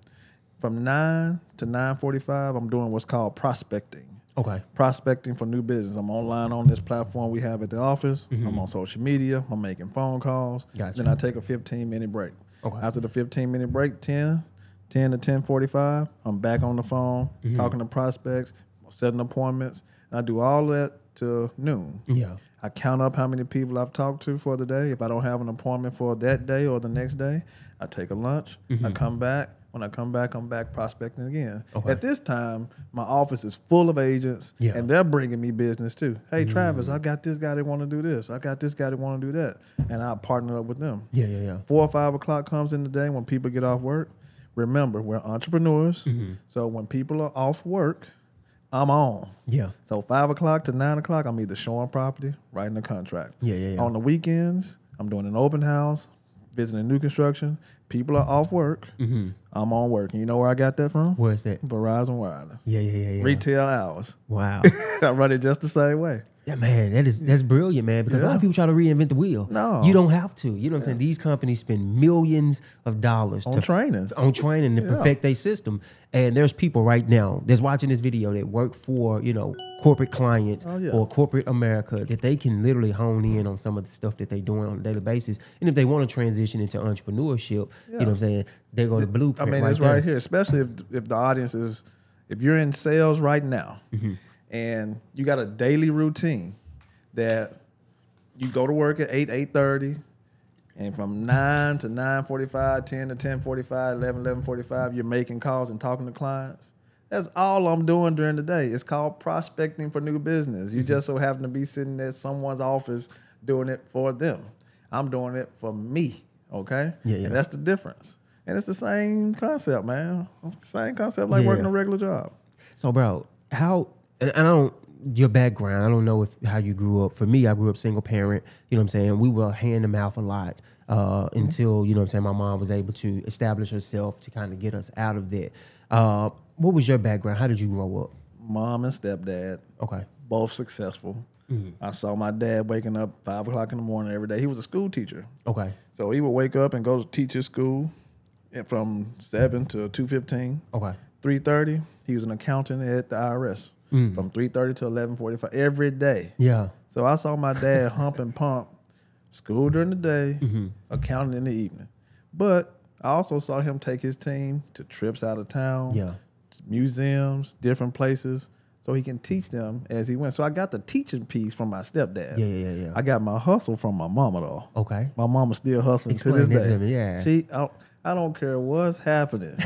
S1: From nine to nine forty five, I'm doing what's called prospecting
S2: Okay.
S1: prospecting for new business. I'm online on this platform we have at the office. I'm on social media. I'm making phone calls.
S2: Mm-hmm. Gotcha.
S1: Then I take a 15 minute break.
S2: Okay.
S1: After the 15 minute break, 10, 10 to 10:45, I'm back on the phone
S2: Mm-hmm.
S1: talking to prospects, setting appointments. And I do all that to noon.
S2: Yeah.
S1: I count up how many people I've talked to for the day. If I don't have an appointment for that day or the next day, I take a lunch. I come back. When I come back, I'm back prospecting again.
S2: Mm-hmm. Okay.
S1: At this time, my office is full of agents,
S2: Yeah. Mm.
S1: and they're bringing me business too. Hey, Travis, I got this guy that want to do this. I got this guy that want to do that, and I partner up with them.
S2: Yeah, yeah, yeah.
S1: Four or five o'clock comes in the day when people get off work. Remember, we're entrepreneurs,
S2: Mm. Mm-hmm.
S1: so when people are off work, I'm on.
S2: Yeah.
S1: So five o'clock to nine o'clock, I'm either showing property, writing a contract.
S2: Yeah, yeah, yeah.
S1: On the weekends, I'm doing an open house, visiting new construction. People are off work. I'm on work. And you know where I got that from?
S2: Where's Mm-hmm. that?
S1: Verizon Wireless.
S2: Yeah, yeah, yeah, yeah.
S1: Retail hours.
S2: Wow.
S1: I run it just the same way.
S2: Yeah, man, that is that's brilliant, man. Because a lot of
S1: Yeah.
S2: people try to reinvent the wheel.
S1: No.
S2: you don't have to. You know what I'm saying? These companies spend millions of dollars
S1: On
S2: to,
S1: training.
S2: on training to perfect their system. And there's people right now that's watching this video that work for you know corporate clients
S1: Oh, yeah.
S2: or corporate America that they can literally hone in on some of the stuff that they're doing on a daily basis. And if they want to transition into entrepreneurship, you know what I'm saying? They go to
S1: I
S2: blueprint.
S1: mean,
S2: right
S1: it's
S2: there.
S1: right here, especially if if the audience is if you're in sales right now
S2: Mm-hmm.
S1: and you got a daily routine that you go to work at 8 8.30 and from 9 to 9.45 10 to 10.45 11 11.45 you're making calls and talking to clients that's all i'm doing during the day it's called prospecting for new business
S2: Mm-hmm.
S1: you just so happen to be sitting at someone's office doing it for them i'm doing it for me okay
S2: Yeah, yeah.
S1: and that's the difference and it's the same concept man same concept like
S2: Yeah.
S1: working a regular job
S2: So, bro, how and and I don't your background. I don't know if how you grew up. For me, I grew up single parent. You know what I'm saying? We were hand to mouth a lot uh, until you know what I'm saying. My mom was able to establish herself to kind of get us out of that. Uh, what was your background? How did you grow up?
S1: mom and stepdad
S2: Okay.
S1: both successful. I saw my dad waking up five o'clock in the morning every day. He was a school teacher,
S2: Okay.
S1: so he would wake up and go to teacher school, and from seven to two fifteen.
S2: Okay.
S1: 3.30 he was an accountant at the irs from 3.30 to 11.45 every day
S2: Yeah.
S1: so i saw my dad hump and pump school during the day accounting in the evening but i also saw him take his team to trips out of town
S2: Yeah.
S1: museums, different places, so he can teach them as he went. So I got the teaching piece from my stepdad.
S2: Yeah, yeah, yeah, yeah.
S1: I got my hustle from my mama though.
S2: Okay.
S1: My mama's still hustling to this
S2: Explain that
S1: day.
S2: to me, yeah.
S1: She, I don't, I don't care what's happening.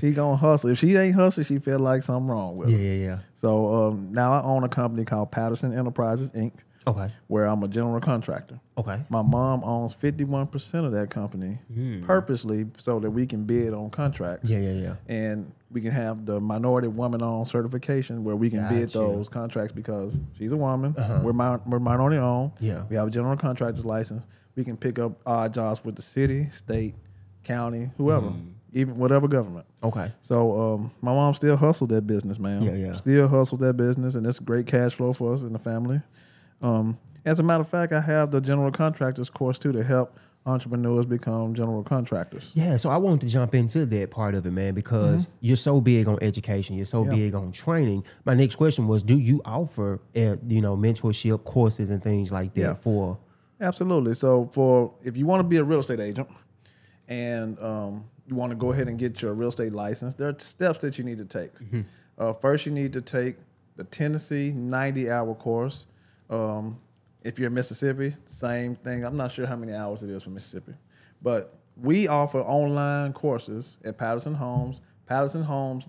S1: she gonna hustle. If she ain't hustling, she feel like something wrong with
S2: Yeah,
S1: her.
S2: yeah, yeah.
S1: So um, now I own a company called Patterson Enterprises Inc.,
S2: Okay.
S1: where I'm a general contractor.
S2: Okay.
S1: My mom owns 51% of that company purposely so that we can bid on contracts
S2: Hmm. Yeah, yeah, yeah.
S1: and we can have the minority woman on certification where we can bid
S2: Gotcha. Uh-huh.
S1: those contracts because she's a woman. We're, mi- we're minority owned.
S2: Yeah.
S1: We have a general contractor's license. We can pick up odd jobs with the city, state, county, whoever,
S2: Mm.
S1: even whatever government.
S2: Okay.
S1: So um, my mom still hustled that business, man.
S2: Yeah, yeah.
S1: Still hustled that business, and it's great cash flow for us in the family. Um, as a matter of fact, I have the general contractors course too to help entrepreneurs become general contractors.
S2: Yeah, so I wanted to jump into that part of it, man, because
S1: Mm-hmm.
S2: you're so big on education, you're so big on training. My next question was, do you offer, uh, you know, mentorship courses and things like that
S1: Yeah.
S2: for?
S1: Absolutely. So for if you want to be a real estate agent and um, you want to go ahead and get your real estate license, there are steps that you need to take. Uh, first, you need to take the Tennessee 90 hour course. Um, if you're in Mississippi, same thing. I'm not sure how many hours it is for Mississippi, but we offer online courses at Patterson Homes,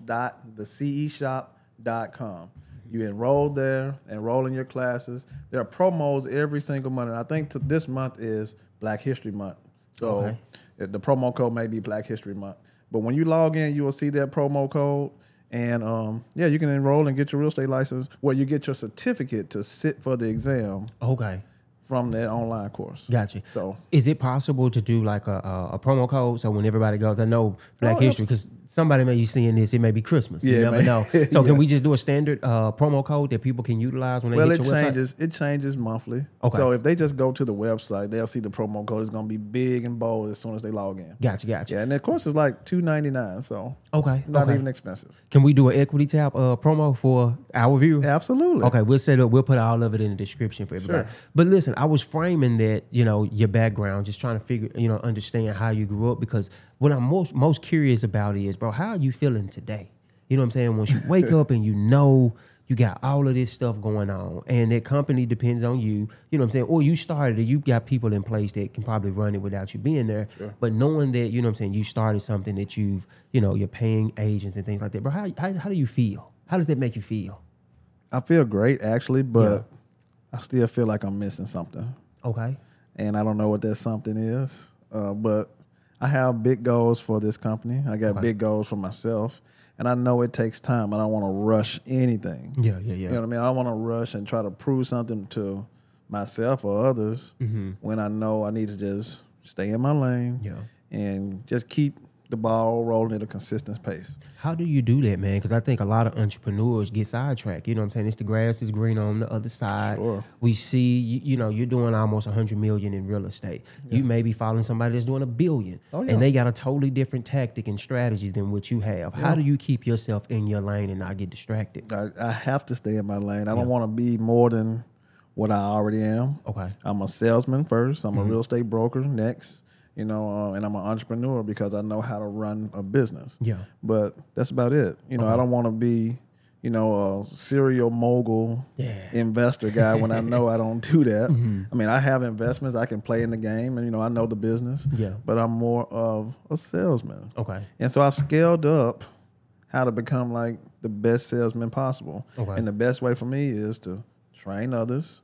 S1: E pattersonhomes.theceshop.com. You enroll there, enroll in your classes. There are promos every single month, and I think to this month is Black History Month. So
S2: Okay.
S1: it- the promo code may be Black History Month. But when you log in, you will see that promo code. And um, yeah, you can enroll and get your real estate license. Well, you get your certificate to sit for the exam
S2: Okay,
S1: from that online course.
S2: gotcha.
S1: So
S2: Is it possible to do like a, a, a promo code so when everybody goes, I know Black
S1: Oh,
S2: History, because somebody may be seeing this, it may be Christmas. you
S1: Yeah,
S2: never
S1: man.
S2: know. So can we just do a standard uh, promo code that people can utilize when they
S1: well,
S2: hit
S1: it
S2: your website?
S1: changes. It changes monthly.
S2: Okay.
S1: So if they just go to the website, they'll see the promo code. It's gonna be big and bold as soon as they log in.
S2: Gotcha, gotcha.
S1: Yeah, and the course is like two ninety nine, so
S2: Okay,
S1: not
S2: okay.
S1: even expensive.
S2: Can we do an equity tap uh, promo for our viewers?
S1: Absolutely.
S2: Okay, we'll set up. We'll put all of it in the description for everybody.
S1: Sure.
S2: But listen, I was framing that you know your background, just trying to figure, you know, understand how you grew up. Because what I'm most most curious about is, bro, how are you feeling today? You know what I'm saying? Once you wake up and you know you got all of this stuff going on, and that company depends on you. You know what I'm saying? Or you started it, you got people in place that can probably run it without you being there. But knowing that, you know what I'm saying, you started something that you've, you know, you're paying agents and things like that. Bro, how how, how do you feel? How does that make you feel?
S1: I feel great actually, but
S2: Yeah.
S1: I still feel like I'm missing something,
S2: Okay.
S1: and I don't know what that something is. Uh, but I have big goals for this company. I got
S2: Okay.
S1: big goals for myself, and I know it takes time. I don't want to rush anything.
S2: Yeah, yeah, yeah.
S1: You know what I mean? I don't want to rush and try to prove something to myself or others when I know I need to just stay in my lane,
S2: Mm-hmm. Yeah.
S1: and just keep the ball rolling at a consistent pace.
S2: How do you do that, man? Because I think a lot of entrepreneurs get sidetracked. You know what I'm saying? It's the grass is green on the other side.
S1: Sure.
S2: We see, you, you know, you're doing almost 100 million in real estate. You may be following somebody that's doing a billion.
S1: Oh, yeah.
S2: And they got a totally different tactic and strategy than what you have. How do you keep yourself in your lane and not get distracted?
S1: I, I have to stay in my lane. I don't want to be more than what I already am.
S2: Okay. Mm-hmm.
S1: I'm a salesman first. am a real estate broker next. You know, uh, and I'm an entrepreneur because I know how to run a business.
S2: Yeah.
S1: But that's about it. You
S2: Uh-huh.
S1: know, I don't want to be, you know, a serial mogul
S2: Yeah. Mm-hmm.
S1: investor guy when I know I don't do that. I mean, I have investments. I can play in the game, and you know, I know the business.
S2: Yeah.
S1: But I'm more of a salesman.
S2: Okay.
S1: And so I've scaled up how to become like the best salesman possible.
S2: Okay.
S1: And the best way for me is to train others,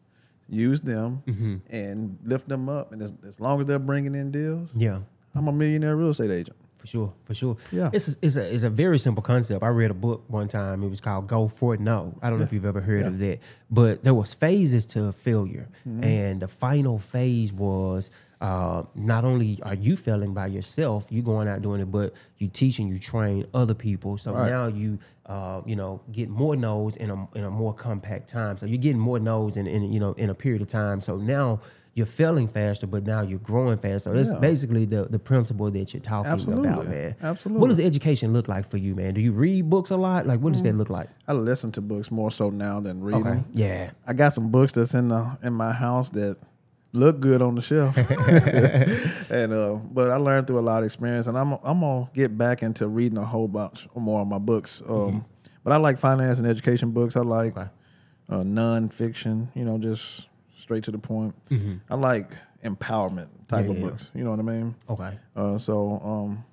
S1: use them,
S2: Mm-hmm.
S1: and lift them up. And as, as long as they're bringing in deals,
S2: Yeah.
S1: I'm a millionaire real estate agent.
S2: For sure, for sure.
S1: Yeah.
S2: it's a, it's a it's a very simple concept. I read a book one time. It was called "Go for It." No, I don't know if you've ever heard of that, but there was phases to failure,
S1: Mm-hmm.
S2: and the final phase was uh, not only are you failing by yourself, you going out doing it, but you teach and you train other people. So
S1: Right.
S2: now you uh, you know get more no's in a in a more compact time. So you're getting more no's in, in you know in a period of time. So now. You're failing faster, but now you're growing faster. So that's
S1: Yeah.
S2: basically the, the principle that you're talking
S1: Absolutely.
S2: about, man.
S1: Absolutely. Mm.
S2: What does education look like for you, man? Do you read books a lot? Like, what does that look like?
S1: I listen to books more so now than reading.
S2: Yeah.
S1: I got some books that's in the in my house that look good on the shelf, and uh, but I learned through a lot of experience, and I'm I'm gonna get back into reading a whole bunch more of my books. Um, But I like finance and education books. I like
S2: Mm-hmm. Okay.
S1: uh, nonfiction. You know, just straight to the point. I like empowerment type
S2: Mm. Yeah,
S1: of
S2: yeah, yeah.
S1: books. You know what I mean?
S2: Okay.
S1: Uh, so, um,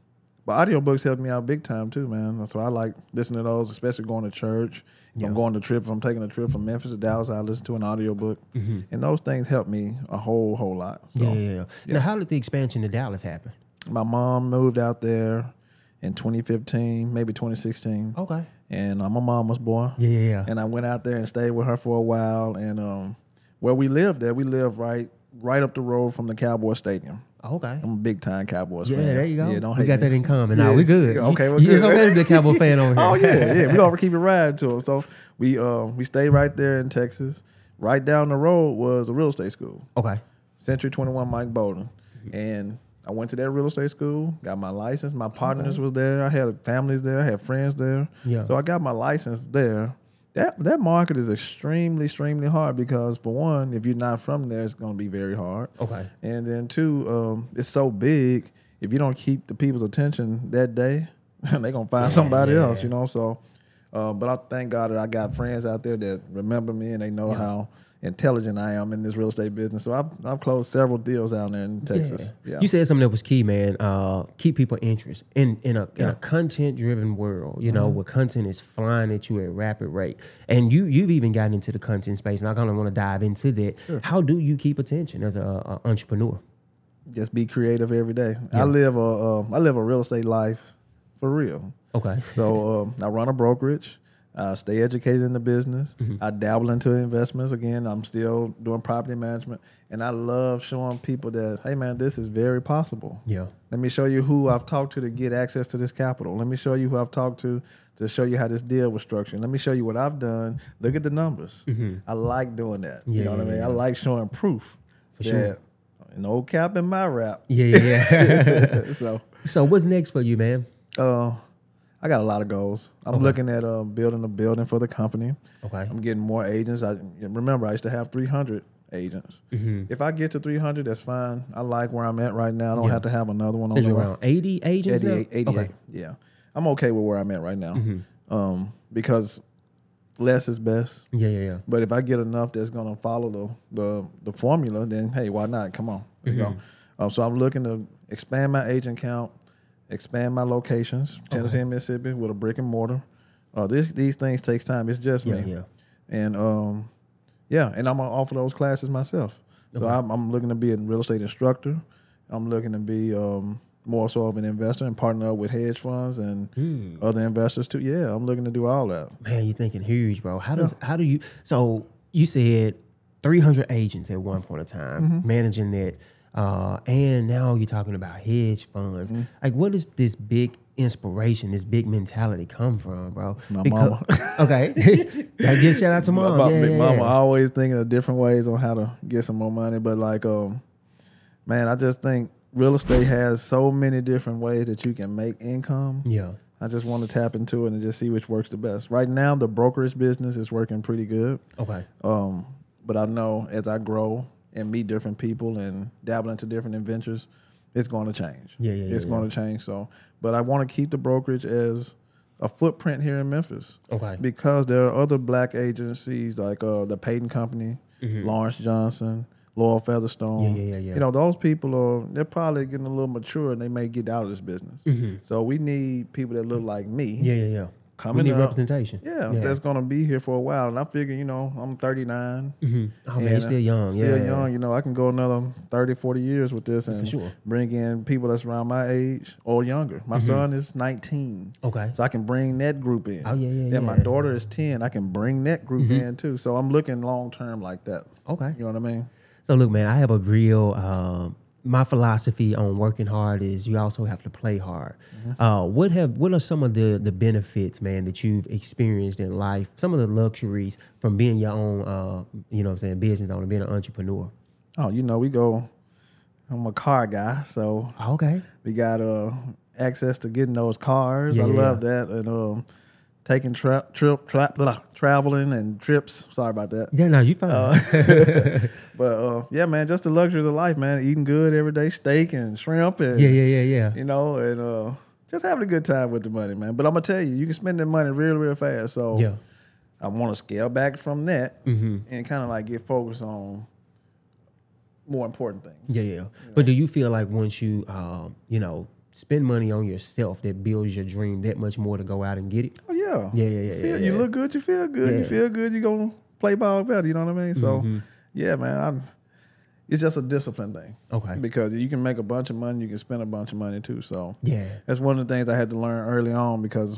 S1: but audiobooks helped me out big time too, man. So I like listening to those, especially going to church. If
S2: Yeah.
S1: I'm going to trip, if I'm taking a trip from Memphis to Dallas, I listen to an audiobook. And those things help me a whole, whole lot. So
S2: Mm-hmm. yeah, yeah, yeah. Now, how did the expansion to Dallas happen?
S1: my mom moved out there in 2015, maybe 2016.
S2: Okay.
S1: And uh, I'm a mama's boy.
S2: Yeah, yeah, yeah.
S1: And I went out there and stayed with her for a while. And um, where we lived at, we lived right right up the road from the Cowboy Stadium.
S2: Okay.
S1: I'm a big time Cowboys
S2: Yeah,
S1: fan.
S2: there you go.
S1: Yeah, don't
S2: we
S1: hate
S2: got
S1: me.
S2: that in common. Now
S1: Yeah.
S2: we good.
S1: Okay,
S2: You-
S1: we're
S2: you- It's
S1: good.
S2: okay to be a Cowboy fan over here.
S1: Oh yeah, yeah. We always keep it riding to them. So we uh, we stayed right there in Texas. Right down the road was a real estate school,
S2: Okay.
S1: Century Twenty One Mike Bowden, and I went to that real estate school. Got my license. My partners was there. I had families there. I had friends there.
S2: Yeah.
S1: So I got my license there. That that market is extremely extremely hard because for one, if you're not from there, it's going to be very hard.
S2: Okay.
S1: And then two, um, it's so big. If you don't keep the people's attention that day, they're gonna find somebody
S2: yeah,
S1: else,
S2: yeah.
S1: you know. So, uh, but I thank God that I got friends out there that remember me and they know how intelligent I am in this real estate business. So I've I've closed several deals down there in Texas. Yeah,
S2: You said something that was key, man. Uh, keep people interest in in a in a content driven world. You
S1: Mm-hmm.
S2: know, where content is flying at you at rapid rate, and you you've even gotten into the content space. And I kind of want to dive into that. How do you keep attention as a, a entrepreneur?
S1: just be creative every day. I live a uh, I live a real estate life for real.
S2: Okay.
S1: So um, I run a brokerage. I stay educated in the business. I dabble into investments again. I'm still doing property management, and I love showing people that hey man, this is very possible.
S2: Yeah.
S1: Let me show you who I've talked to to get access to this capital. Let me show you who I've talked to to show you how this deal was structured. Let me show you what I've done. Look at the numbers. I like doing that. you know what I
S2: Mm-hmm. Yeah,
S1: mean? I like showing proof
S2: For sure.
S1: that no cap in my rap.
S2: Yeah, yeah, yeah.
S1: so
S2: so what's next for you, man?
S1: uh, I got a lot of goals. I'm looking at uh, building a building for the company.
S2: Okay.
S1: I'm getting more agents. I remember I used to have 300 agents.
S2: Mm-hmm.
S1: If I get to 300, that's fine. I like where I'm at right now. I don't have to have another one on
S2: Is
S1: the
S2: you
S1: way.
S2: around 80 agents
S1: 88,
S2: now?
S1: 88.
S2: Okay. Mm-hmm.
S1: Yeah, I'm okay with where I'm at right now, um, because less is best.
S2: Yeah, yeah, yeah.
S1: But if I get enough that's gonna follow the the, the formula, then hey, why not? Come on, you know.
S2: Mm-hmm.
S1: Um, so I'm looking to expand my agent count, expand my locations, Tennessee and Mississippi with a brick and mortar. Uh, this, these things takes time. It's just
S2: Yeah,
S1: me.
S2: yeah.
S1: And um, yeah, and I'm gonna offer those classes myself. So I'm, I'm looking to be a real estate instructor. I'm looking to be um, more so of an investor and partner up with hedge funds and
S2: Hmm.
S1: other investors too. Yeah, I'm looking to do all that.
S2: Man, you're thinking huge, bro. How does how do you?
S1: Mm-hmm.
S2: So you said 300 agents at one point of time managing that. Uh, and now you're talking about hedge funds.
S1: Mm-hmm.
S2: Like, where does this big inspiration, this big mentality come from, bro?
S1: My
S2: Becau- okay. Gotta give shout out to mom.
S1: About
S2: yeah,
S1: me,
S2: yeah,
S1: mama
S2: yeah.
S1: always thinking of different ways on how to get some more money. But like, um, man, I just think real estate has so many different ways that you can make income.
S2: Yeah.
S1: I just want to tap into it and just see which works the best. Right now, the brokerage business is working pretty good.
S2: Okay.
S1: Um, but I know as I grow and meet different people and dabble into different adventures, it's going to change.
S2: Yeah, yeah, yeah,
S1: It's
S2: yeah.
S1: going to change. So, but I want to keep the brokerage as a footprint here in Memphis
S2: Okay.
S1: because there are other black agencies like uh, the Payton Company, Lawrence Johnson, Laurel Featherstone.
S2: Mm-hmm. Yeah, yeah, yeah, yeah.
S1: You know, those people are they're probably getting a little mature and they may get out of this business. So we need people that look like me.
S2: Mm-hmm. Yeah, yeah, yeah.
S1: Coming
S2: we need
S1: up.
S2: representation.
S1: Yeah, that's gonna be here for a while, and I figure, you know, I'm 39.
S2: Oh man, you're
S1: and, uh,
S2: still young.
S1: Still
S2: yeah.
S1: young. You know, I can go another 30, 40 years with this, and
S2: sure. Mm-hmm.
S1: bring in people that's around my age or younger. My son is 19.
S2: Okay.
S1: So I can bring that group in.
S2: Oh, yeah, yeah,
S1: Then my
S2: yeah. Mm-hmm.
S1: daughter is 10. I can bring that group in too. So I'm looking long term like that.
S2: Okay.
S1: You know what I mean?
S2: So look, man, I have a real. Um, my philosophy on working hard is you also have to play hard. Uh, what have what are some of the the benefits, man, that you've experienced in life? Some of the luxuries from being your own, uh, you know, what I'm saying, business owner, being an entrepreneur.
S1: Oh, you know, we go, I'm a car guy. So
S2: Oh, okay.
S1: we got uh, access to getting those cars.
S2: Yeah,
S1: I
S2: yeah,
S1: love that. And um, taking tra- trip, tra- blah, traveling and trips. Sorry about that.
S2: Yeah, no, you fine.
S1: But uh, yeah, man, just the luxuries of life, man. Eating good every day, steak and shrimp, and
S2: yeah, yeah, yeah, yeah.
S1: you know, and uh, just having a good time with the money, man. But I'm gonna tell you, you can spend that money real, real fast. So
S2: Yeah.
S1: I want to scale back from that and kind of like get focused on more important things.
S2: Yeah, yeah. But do you feel like once you, um, you know, spend money on yourself, that builds your dream that much more to go out and get it?
S1: Oh yeah,
S2: Yeah, yeah, yeah,
S1: You, feel-
S2: yeah,
S1: you
S2: yeah.
S1: look good, you feel good, you
S2: Yeah. Mm-hmm.
S1: feel good. You gonna play ball better. You know what I mean? So yeah, man, I'm. It's just a discipline thing.
S2: Okay.
S1: Because you can make a bunch of money, you can spend a bunch of money too. So
S2: Yeah.
S1: That's one of the things I had to learn early on because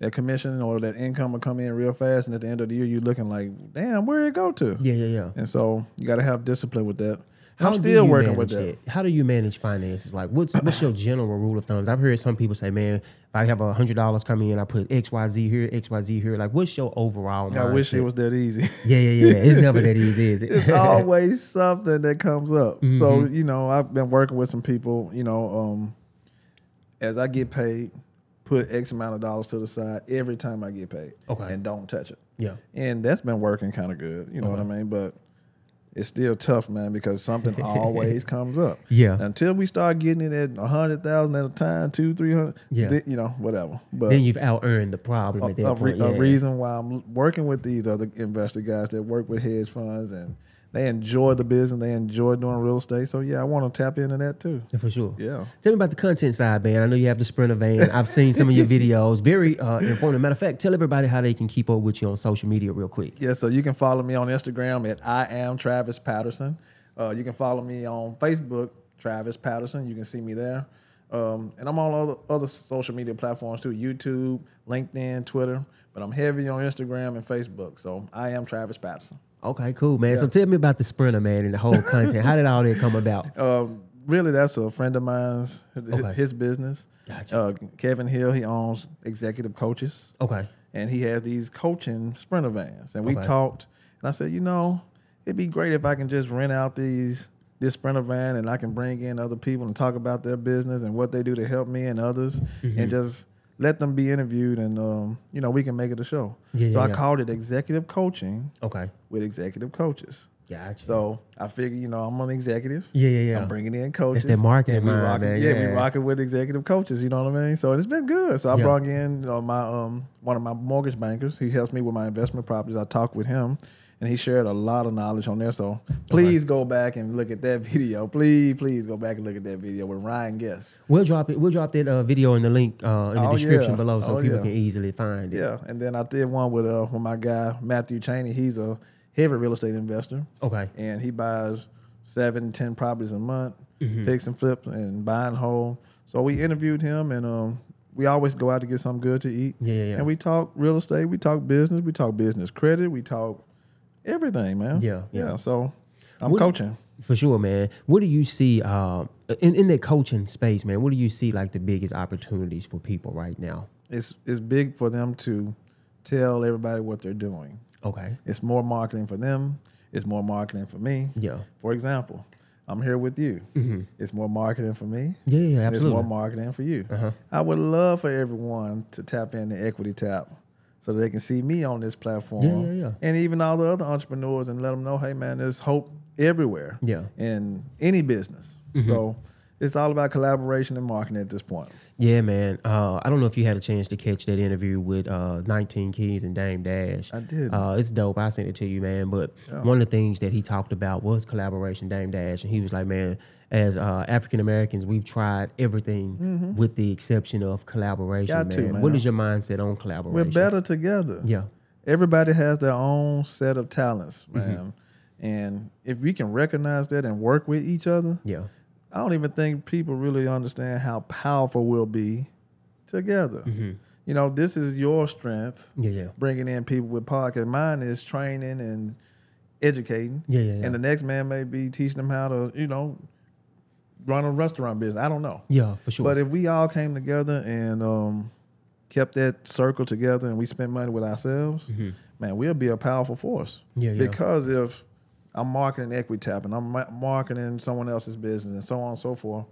S1: that commission or that income will come in real fast, and at the end of the year, you're looking like, damn, where it go to?
S2: Yeah, yeah, yeah.
S1: And so you got to have discipline with that.
S2: How
S1: I'm
S2: do
S1: still
S2: you
S1: working with that.
S2: manage How do you manage finances? Like, what's what's your general rule of thumbs? I've heard some people say, "Man, if I have a hundred dollars coming in, I put X, Y, Z here, X, Y, Z here." Like, what's your overall?
S1: I wish it
S2: mindset?
S1: was that easy.
S2: Yeah, yeah, yeah. It's never that easy, is it?
S1: it's always something that comes up. So
S2: Mm-hmm.
S1: you know, I've been working with some people. You know, um, as I get paid, put X amount of dollars to the side every time I get paid,
S2: Okay.
S1: and don't touch it.
S2: yeah,
S1: and that's been working kind of good. You know what I mean? But it's still tough, man, because something always comes up.
S2: Yeah.
S1: Until we start getting it at a hundred thousand at a time, two, three hundred.
S2: Yeah.
S1: thi- you know, whatever. But
S2: then you've out earned the problem
S1: a,
S2: at that
S1: a re-
S2: point.
S1: a
S2: yeah.
S1: reason why I'm working with these other investor guys that work with hedge funds and they enjoy the business, they enjoy doing real estate. So yeah, I want to tap into that too.
S2: Yeah, for sure.
S1: Yeah.
S2: Tell me about the content side, man. I know you have the sprinter van. I've seen some of your videos. Very uh, informative. Matter of fact, tell everybody how they can keep up with you on social media real quick.
S1: Yeah, so you can follow me on Instagram at I am Travis Patterson. Uh, you can follow me on Facebook, Travis Patterson. You can see me there. Um, and I'm on all the other social media platforms too YouTube, LinkedIn, Twitter. But I'm heavy on Instagram and Facebook. So I am Travis Patterson.
S2: Okay, cool, man. So tell me about the sprinter, man, and the whole content. how did all that come about?
S1: Um, really, that's a friend of mine's, his,
S2: Okay.
S1: his business.
S2: Gotcha.
S1: Uh, Kevin Hill, he owns Executive Coaches.
S2: Okay.
S1: and he has these coaching sprinter vans. And we
S2: Okay.
S1: talked, and I said, you know, it'd be great if I can just rent out these this sprinter van, and I can bring in other people and talk about their business and what they do to help me and others,
S2: Mm-hmm.
S1: and just let them be interviewed, and um, you know, we can make it a show.
S2: Yeah,
S1: so
S2: yeah,
S1: I
S2: yeah.
S1: called it executive coaching
S2: Okay.
S1: with executive coaches.
S2: Gotcha.
S1: So I figure, you know, I'm an executive.
S2: yeah, yeah, yeah.
S1: I'm bringing in coaches.
S2: that marketing
S1: and we
S2: mind,
S1: rocking,
S2: man.
S1: Yeah,
S2: Yeah.
S1: we rocking with executive coaches. You know what I mean? So it's been good. So I
S2: Yeah.
S1: brought in you know, my um one of my mortgage bankers. He helps me with my investment properties. I talked with him, and he shared a lot of knowledge on there. So please go back and look at that video. Please, please go back and look at that video with Ryan Guest.
S2: We'll drop it. We'll drop that uh, video in the link uh, in the
S1: Oh,
S2: description
S1: yeah.
S2: below, so
S1: Oh,
S2: people
S1: yeah.
S2: can easily find it.
S1: Yeah, and then I did one with uh with my guy Matthew Cheney. He's a heavy real estate investor.
S2: Okay.
S1: and he buys seven, ten properties a month,
S2: Mm-hmm.
S1: fix and flip and buy and hold. So we interviewed him, and um, we always go out to get something good to eat.
S2: Yeah, yeah, yeah.
S1: And we talk real estate, we talk business, we talk business credit, we talk everything, man.
S2: Yeah, yeah.
S1: So I'm
S2: What-
S1: coaching.
S2: For sure, man. What do you see uh, in in the coaching space, man? What do you see like the biggest opportunities for people right now?
S1: It's it's big for them to tell everybody what they're doing.
S2: Okay.
S1: It's more marketing for them. It's more marketing for me.
S2: Yeah.
S1: For example, I'm here with you.
S2: Mm-hmm.
S1: It's more marketing for me. and
S2: Yeah, yeah, absolutely. Uh-huh.
S1: It's more marketing for you. I would love for everyone to tap into Equity Tap so they can see me on this platform.
S2: Yeah, yeah, yeah.
S1: And even all the other entrepreneurs and let them know, hey, man, there's hope everywhere
S2: Yeah. Mm-hmm.
S1: in any business. So it's all about collaboration and marketing at this point.
S2: Yeah, man. Uh, I don't know if you had a chance to catch that interview with uh, 19 Keys and Dame Dash.
S1: I did.
S2: Uh, it's dope. I sent it to you, man. But one of the things that he talked about was collaboration, Dame Dash. And he was like, man, as uh, African Americans, we've tried everything with the exception of collaboration,
S1: Mm-hmm. Got
S2: man.
S1: to, man.
S2: What is your mindset on collaboration?
S1: We're better together.
S2: Yeah.
S1: everybody has their own set of talents,
S2: Mm-hmm.
S1: man. And if we can recognize that and work with each other,
S2: Yeah.
S1: I don't even think people really understand how powerful we'll be
S2: Mm-hmm.
S1: together. You know, this is your strength,
S2: Yeah, yeah.
S1: bringing in people with pockets. Mine is training and educating.
S2: Yeah, yeah, yeah.
S1: And the next man may be teaching them how to, you know, run a restaurant business. I don't know.
S2: Yeah, for sure.
S1: But if we all came together and um, kept that circle together and we spent money with ourselves,
S2: Mm-hmm.
S1: man, we'll be a powerful force.
S2: Yeah, yeah.
S1: Because if I'm marketing Equitap and I'm ma- marketing someone else's business and so on and so forth,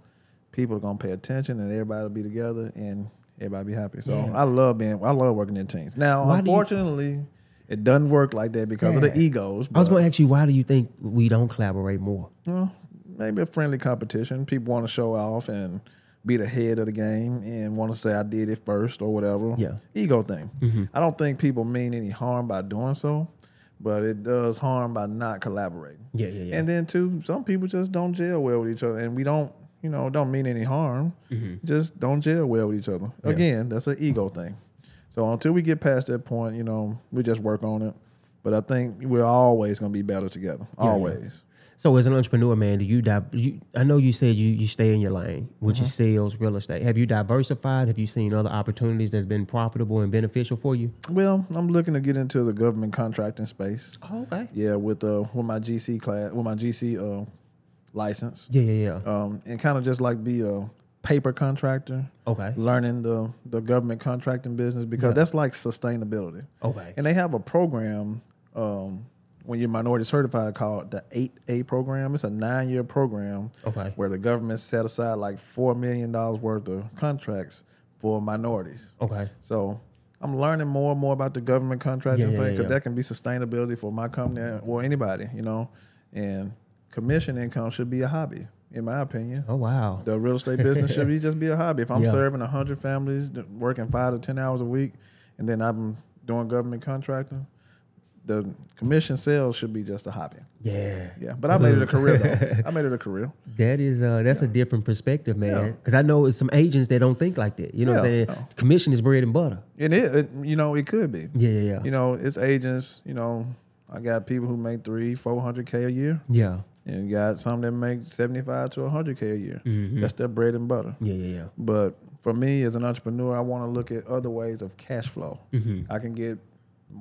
S1: people are gonna pay attention and everybody will be together and everybody be happy. So
S2: Yeah.
S1: I love being, I love working in teams. Now,
S2: Why do you-
S1: unfortunately, it doesn't work like that because of the
S2: Yeah.
S1: egos.
S2: I was
S1: but-
S2: going to ask you, why do you think we don't collaborate more?
S1: well, maybe a friendly competition. People want to show off and be the head of the game and want to say I did it first or whatever.
S2: Yeah. Mm-hmm.
S1: Ego thing. I don't think people mean any harm by doing so, but it does harm by not collaborating.
S2: Yeah, yeah, yeah.
S1: And then too, some people just don't gel well with each other, and we don't, you know, don't mean any harm.
S2: Mm-hmm.
S1: Just don't gel well with each other. Again, that's an ego thing. So until we get past that point, you know, we just work on it. But I think we're always going to be better together.
S2: yeah.
S1: Always.
S2: So as an entrepreneur, man, do you, di- you I know you said you you stay in your lane, which is
S1: Mm-hmm.
S2: sales, real estate. Have you diversified? Have you seen other opportunities that's been profitable and beneficial for you?
S1: Well, I'm looking to get into the government contracting space.
S2: Oh, okay.
S1: Yeah, with uh with my GC class, with my GC uh license,
S2: Yeah, yeah, yeah.
S1: um, and kind of just like be a paper contractor,
S2: Okay.
S1: learning the the government contracting business because that's like sustainability.
S2: Okay.
S1: And they have a program um, when you're minority certified called the 8A program. It's a nine year program
S2: Okay.
S1: where the government set aside like $4 million worth of contracts for minorities.
S2: Okay.
S1: So I'm learning more and more about the government contracting
S2: Yeah, yeah,
S1: thing
S2: yeah,
S1: because
S2: yeah.
S1: that can be sustainability for my company or anybody, you know. And commission income should be a hobby, in my opinion.
S2: Oh wow.
S1: The real estate business should be just be a hobby. If I'm
S2: Yeah.
S1: serving serving hundred families, th- working five to ten hours a week, and then I'm doing government contracting, the commission sales should be just a hobby.
S2: Yeah.
S1: Yeah, but I made it a career. though. I made it a career.
S2: That is uh that's a different perspective, man.
S1: Yeah.
S2: Because I know it's some agents that don't think like that. You know what I'm
S1: Yeah.
S2: saying? Commission is bread and butter.
S1: And it, it you know, it could be.
S2: Yeah, yeah, yeah.
S1: You know, it's agents. You know, I got people who make three, four hundred k a year.
S2: yeah.
S1: and you got some that make 75 to 100k a year
S2: Mm-hmm.
S1: that's their bread and butter
S2: Yeah, yeah, yeah.
S1: but for me as an entrepreneur i want to look at other ways of cash flow
S2: Mm-hmm.
S1: i can get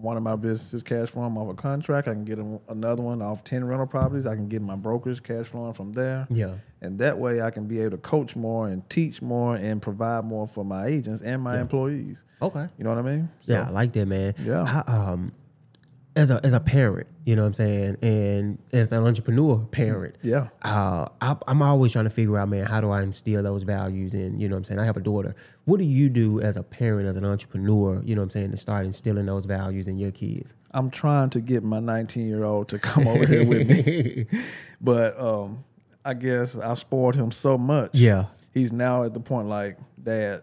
S1: one of my businesses cash flowing off a contract i can get a- another one off 10 rental properties i can get my brokers cash flowing from there
S2: Yeah.
S1: and that way i can be able to coach more and teach more and provide more for my agents and my employees
S2: Okay.
S1: you know what i mean
S2: yeah, I like that, man.
S1: Yeah.
S2: I, um, as a as a parent, you know what I'm saying, and as an entrepreneur parent,
S1: Yeah.
S2: uh, I, I'm always trying to figure out, man, how do I instill those values in? You know what I'm saying. I have a daughter. What do you do as a parent, as an entrepreneur? You know what I'm saying, to start instilling those values in your kids?
S1: I'm trying to get my 19 year old to come over here with me, but um, I guess I've spoiled him so much.
S2: Yeah.
S1: he's now at the point like, Dad,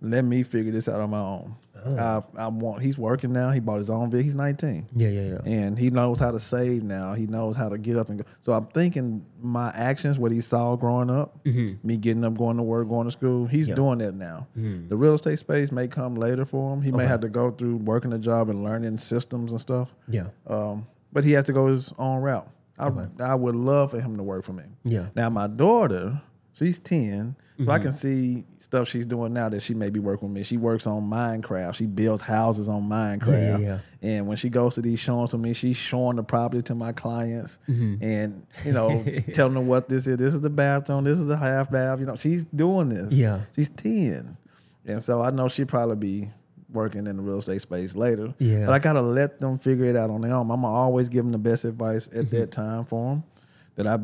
S1: let me figure this out on my own.
S2: Oh.
S1: I, I want. He's working now. He bought his own vehicle. He's 19,
S2: Yeah, yeah, yeah.
S1: and he knows how to save now. He knows how to get up and go. So I'm thinking my actions, what he saw growing up, me getting up, going to work, going to school. He's doing that now. The real estate space may come later for him. He may have to go through working a job and learning systems and stuff.
S2: Yeah.
S1: Um, but he has to go his own route. I, I would love for him to work for me.
S2: Yeah. Mm-hmm.
S1: Now my daughter, She's 10. So I can see stuff she's doing now that she may be working with me. She works on Minecraft. She builds houses on Minecraft.
S2: Yeah, yeah,
S1: And when she goes to these showings with me, she's showing the property to my clients
S2: Mm-hmm.
S1: and, you know, telling them what this is. This is the bathroom. This is the half bath. You know, she's doing this.
S2: Yeah.
S1: She's 10. And so I know she'll probably be working in the real estate space later.
S2: Yeah.
S1: But I gotta let them figure it out on their own. I'm gonna always give them the best advice at that
S2: Mm-hmm.
S1: time for them that I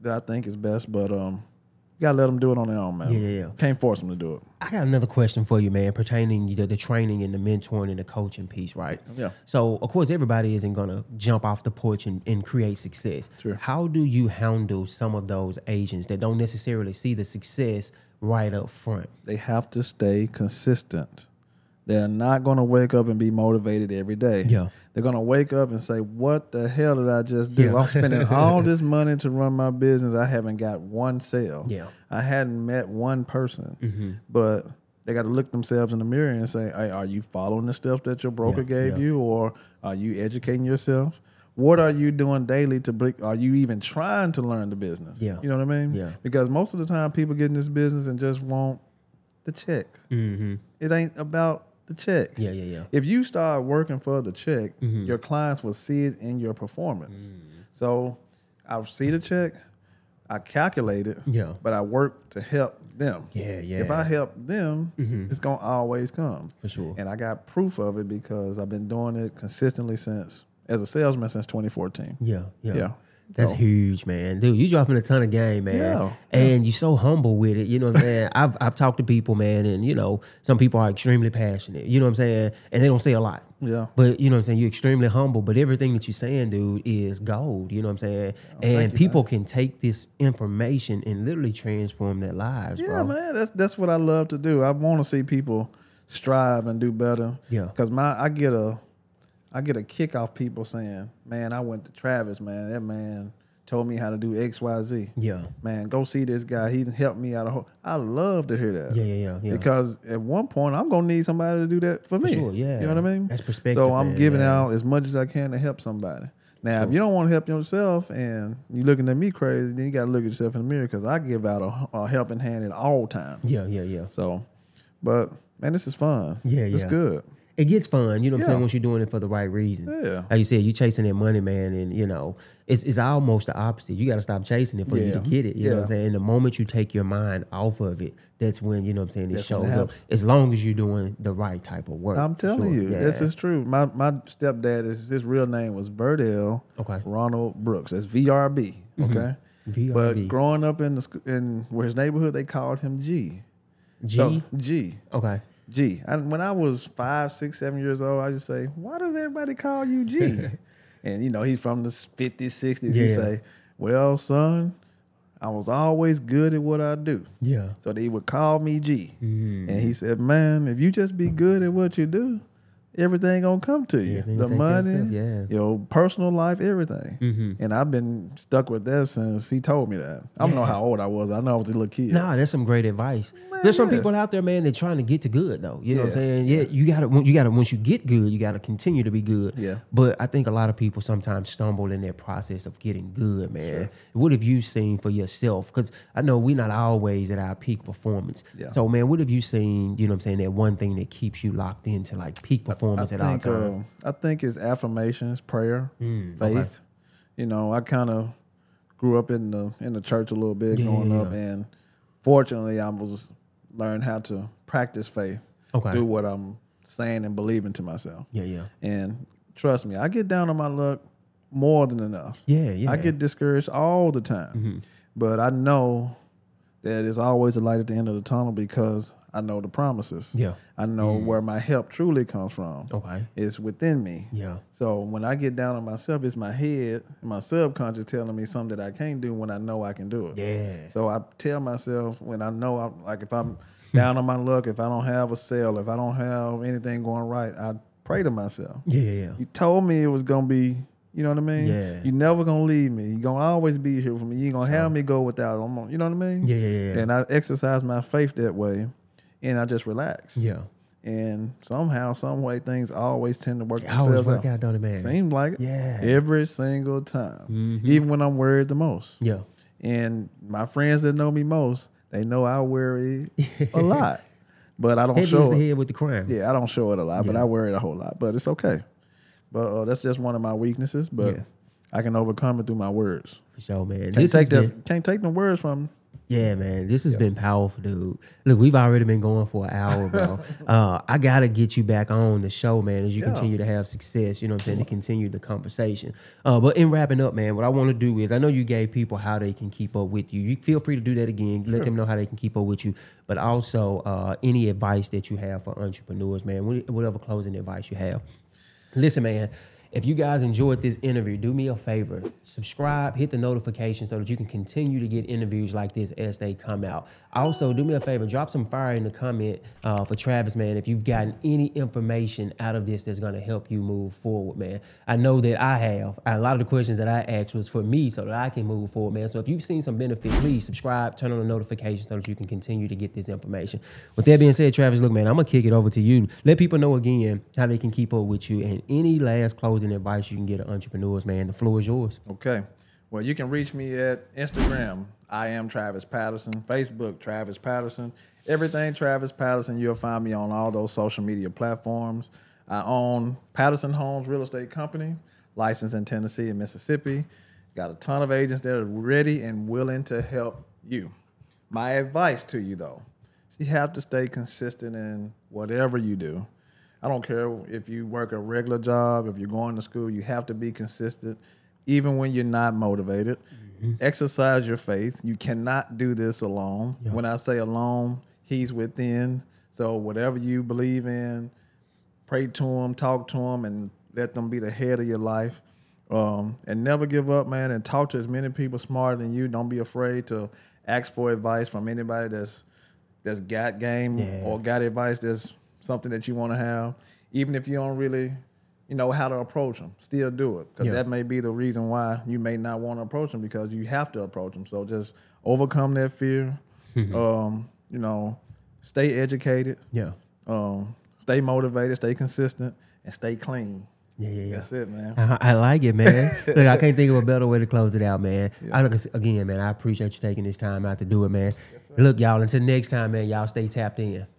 S1: that I think is best. But um, you gotta let them do it on their own, man.
S2: Yeah, yeah, yeah.
S1: Can't force them to do it.
S2: I got another question for you, man, pertaining to the training and the mentoring and the coaching piece, right?
S1: Yeah.
S2: So, of course, everybody isn't going to jump off the porch and, and create success.
S1: Sure.
S2: How do you handle some of those agents that don't necessarily see the success right up front?
S1: They have to stay consistent. They're not gonna wake up and be motivated every day.
S2: Yeah.
S1: They're gonna wake up and say, "What the hell did I just do?
S2: Yeah.
S1: I'm spending all this money to run my business. I haven't got one sale.
S2: Yeah. Mm-hmm.
S1: I hadn't met one person." But they got to look themselves in the mirror and say, hey, "Are you following the stuff that your broker
S2: Yeah,
S1: gave
S2: yeah.
S1: you, or are you educating yourself? What are you doing daily to? Break, are you even trying to learn the business?
S2: Yeah.
S1: you know what I mean.
S2: Yeah.
S1: because most of the time people get in this business and just want the check.
S2: Mm-hmm.
S1: It ain't about the check.
S2: Yeah, Mm-hmm. yeah, yeah.
S1: If you start working for the check, your clients will see it in your performance.
S2: Mm.
S1: So I see the check, I calculate it,
S2: Yeah.
S1: but I work to help them.
S2: Yeah, yeah. Mm-hmm.
S1: If I help them, it's gonna always come.
S2: For sure.
S1: And I got proof of it because I've been doing it consistently since as a salesman since 2014.
S2: Yeah, yeah.
S1: Yeah.
S2: That's
S1: So-
S2: huge, man. Dude, you dropping a ton of game, man.
S1: Yeah,
S2: And you so humble with it. You know what I'm saying? I've I've talked to people, man, and you know, some people are extremely passionate. You know what I'm saying? And they don't say a lot.
S1: Yeah.
S2: But you know what I'm saying? You're extremely humble. But everything that you're saying, dude, is gold. You know what I'm saying? and
S1: Oh, you,
S2: people can take this information and literally transform their lives,
S1: Yeah,
S2: bro.
S1: man, that's that's what I love to do. I want to see people strive and do better.
S2: Yeah.
S1: because my I get a I get a kick off people saying, "Man, I went to Travis. Man, that man told me how to do X, Y, Z.
S2: Yeah.
S1: man, go see this guy. He done helped me out. A whole. I love to hear that.
S2: Yeah, yeah, yeah, yeah.
S1: Because at one point, I'm gonna need somebody to do that for me.
S2: sure, yeah.
S1: you know what I mean.
S2: That's perspective,
S1: So I'm
S2: man,
S1: giving
S2: yeah.
S1: out as much as I can to help somebody. Now, if you don't want to help yourself and you're looking at me crazy, then you got to look at yourself in the mirror because I give out a, a helping hand at all times.
S2: Yeah, yeah, yeah.
S1: So, but man, this is fun.
S2: Yeah,
S1: It's
S2: yeah.
S1: good.
S2: it gets fun, you know what I'm
S1: Yeah.
S2: saying, once you're doing it for the right reasons.
S1: Yeah.
S2: Like you said, you chasing that money, man, and you know, it's it's almost the opposite. You gotta stop chasing it for you to
S1: Yeah.
S2: get it. You know what I'm
S1: Yeah.
S2: saying? And the moment you take your mind off of it, that's when, you know what I'm saying, it
S1: That's when it
S2: shows up.
S1: happens.
S2: As long as you're doing the right type of work.
S1: I'm
S2: for
S1: telling
S2: sure.
S1: you,
S2: Yeah.
S1: this is true. My my stepdad is his real name was Verdell
S2: Okay. Mm-hmm.
S1: Ronald Brooks. That's VRB. Okay.
S2: VRB.
S1: But growing up in the sc- in where his neighborhood, they called him G.
S2: G.
S1: So, G.
S2: okay.
S1: G. And when I was five, six, seven years old, I just say, why does everybody call you G? and you know, he's from the 50s, 60s. He
S2: Yeah.
S1: say, well, son, I was always good at what I do.
S2: Yeah.
S1: So they would call me G.
S2: Mm-hmm.
S1: And he said, Man, if you just be good at what you do, everything gonna come to you.
S2: Everything
S1: the
S2: take care of
S1: money,
S2: itself, yeah. Mm-hmm.
S1: your personal life, everything. And I've been stuck with that since he told me that. I don't know how old I was. I know I was a little kid.
S2: Nah, that's some great advice.
S1: Man,
S2: There's some
S1: yeah.
S2: people out there, man, that trying to get to good though. You know what I'm
S1: Yeah,
S2: saying? Yeah, you gotta once- you gotta once you get good, you gotta continue to be good.
S1: Yeah.
S2: But I think a lot of people sometimes stumble in their process of getting good, man. What have you seen for yourself? Because I know we're not always at our peak performance.
S1: Yeah.
S2: So man, what have you seen, you know what I'm saying, that one thing that keeps you locked into like peak performance at all times?
S1: um, I think it's affirmations, prayer, faith.
S2: Mm, okay.
S1: You know, I kind of grew up in the in the church a little bit
S2: Yeah, yeah,
S1: growing up,
S2: yeah.
S1: and fortunately, I was learned how to practice faith
S2: Okay.
S1: through what I'm saying and believing to myself.
S2: yeah, yeah.
S1: And trust me, I get down on my luck more than enough.
S2: Yeah, yeah. Mm-hmm.
S1: I get discouraged all the time. But I know that it's always a light at the end of the tunnel because I know the promises.
S2: Yeah. Mm. Oh,
S1: I know where my help truly comes from.
S2: Okay.
S1: It's within me.
S2: Yeah.
S1: So when I get down on myself, it's my head, my subconscious telling me something that I can't do when I know I can do it.
S2: Yeah.
S1: So I tell myself when I know I'm like if I'm down on my luck, if I don't have a sale, if I don't have anything going right, I pray to myself.
S2: Yeah, yeah, yeah.
S1: You told me it was gonna be, you know what I mean?
S2: Yeah.
S1: You never gonna leave me. You're gonna always be here for me. You ain't gonna have me go without. I'm gonna, you know what I mean?
S2: Yeah, yeah, yeah, yeah.
S1: And I exercise my faith that way, and I just relax.
S2: Yeah.
S1: And somehow, some way, things always tend to work
S2: I always
S1: themselves
S2: work
S1: out.
S2: out, don't it, man?
S1: Seems like it.
S2: Yeah. Mm-hmm.
S1: Every single time, even when I'm worried the most.
S2: Yeah.
S1: And my friends that know me most, they know I wear it a lot, but I don't
S2: Heavy is
S1: show.
S2: the
S1: It.
S2: head with the crown.
S1: Yeah, I don't show it a lot, but I wear it a whole lot. But it's okay. But uh, that's just one of my weaknesses. But
S2: Yeah.
S1: I can overcome it through my words.
S2: For sure, man.
S1: Can't
S2: This has
S1: take the
S2: been,
S1: can't take the words from.
S2: Yeah, man, this has been powerful, dude. Look, we've already been going for an hour, bro. uh, I gotta get you back on the show, man, as you continue to have success. You know what I'm saying? To continue the conversation. Uh, but in wrapping up, man, what I want to do is I know you gave people how they can keep up with you. You feel free to do that again. Let them know how they can keep up with you. But also, uh, any advice that you have for entrepreneurs, man, wh- whatever closing advice you have. Listen, man, if you guys enjoyed this interview, do me a favor. Subscribe, hit the notification so that you can continue to get interviews like this as they come out. Also, do me a favor, drop some fire in the comment uh, for Travis, man, if you've gotten any information out of this that's going to help you move forward, man. I know that I have. A lot of the questions that I asked was for me so that I can move forward, man. So if you've seen some benefit, please subscribe, turn on the notification so that you can continue to get this information. With that being said, Travis, look, man, I'm going to kick it over to you. Let people know again how they can keep up with you and any last closing advice you can get to entrepreneurs, man. The floor is yours.
S1: Okay. Well, you can reach me at Instagram. I am Travis Patterson. Facebook, Travis Patterson. Everything Travis Patterson. You'll find me on all those social media platforms. I own Patterson Homes Real Estate Company, licensed in Tennessee and Mississippi. Got a ton of agents that are ready and willing to help you. My advice to you, though, you have to stay consistent in whatever you do. I don't care if you work a regular job, if you're going to school, you have to be consistent even when you're not motivated. Exercise your faith. You cannot do this alone. When I say alone, he's within. So whatever you believe in, pray to them, talk to them, and let them be the head of your life. Um, and never give up, man. And talk to as many people smarter than you. Don't be afraid to ask for advice from anybody that's that's got game
S2: Yeah.
S1: or got advice that's something that you want to have. Even if you don't really, you know how to approach them, still do it because
S2: Yeah.
S1: that may be the reason why you may not want to approach them because you have to approach them. So just overcome that fear.
S2: Mm-hmm.
S1: um, you know, stay educated
S2: Yeah.
S1: um, stay motivated, stay consistent, and stay clean.
S2: Yeah, yeah, yeah.
S1: That's it, man.
S2: I, I like it, man. Look, I can't think of a better way to close it out, man. I look again, man. I appreciate you taking this time out to do it, man. Look, y'all. Until next time, man. Y'all stay tapped in.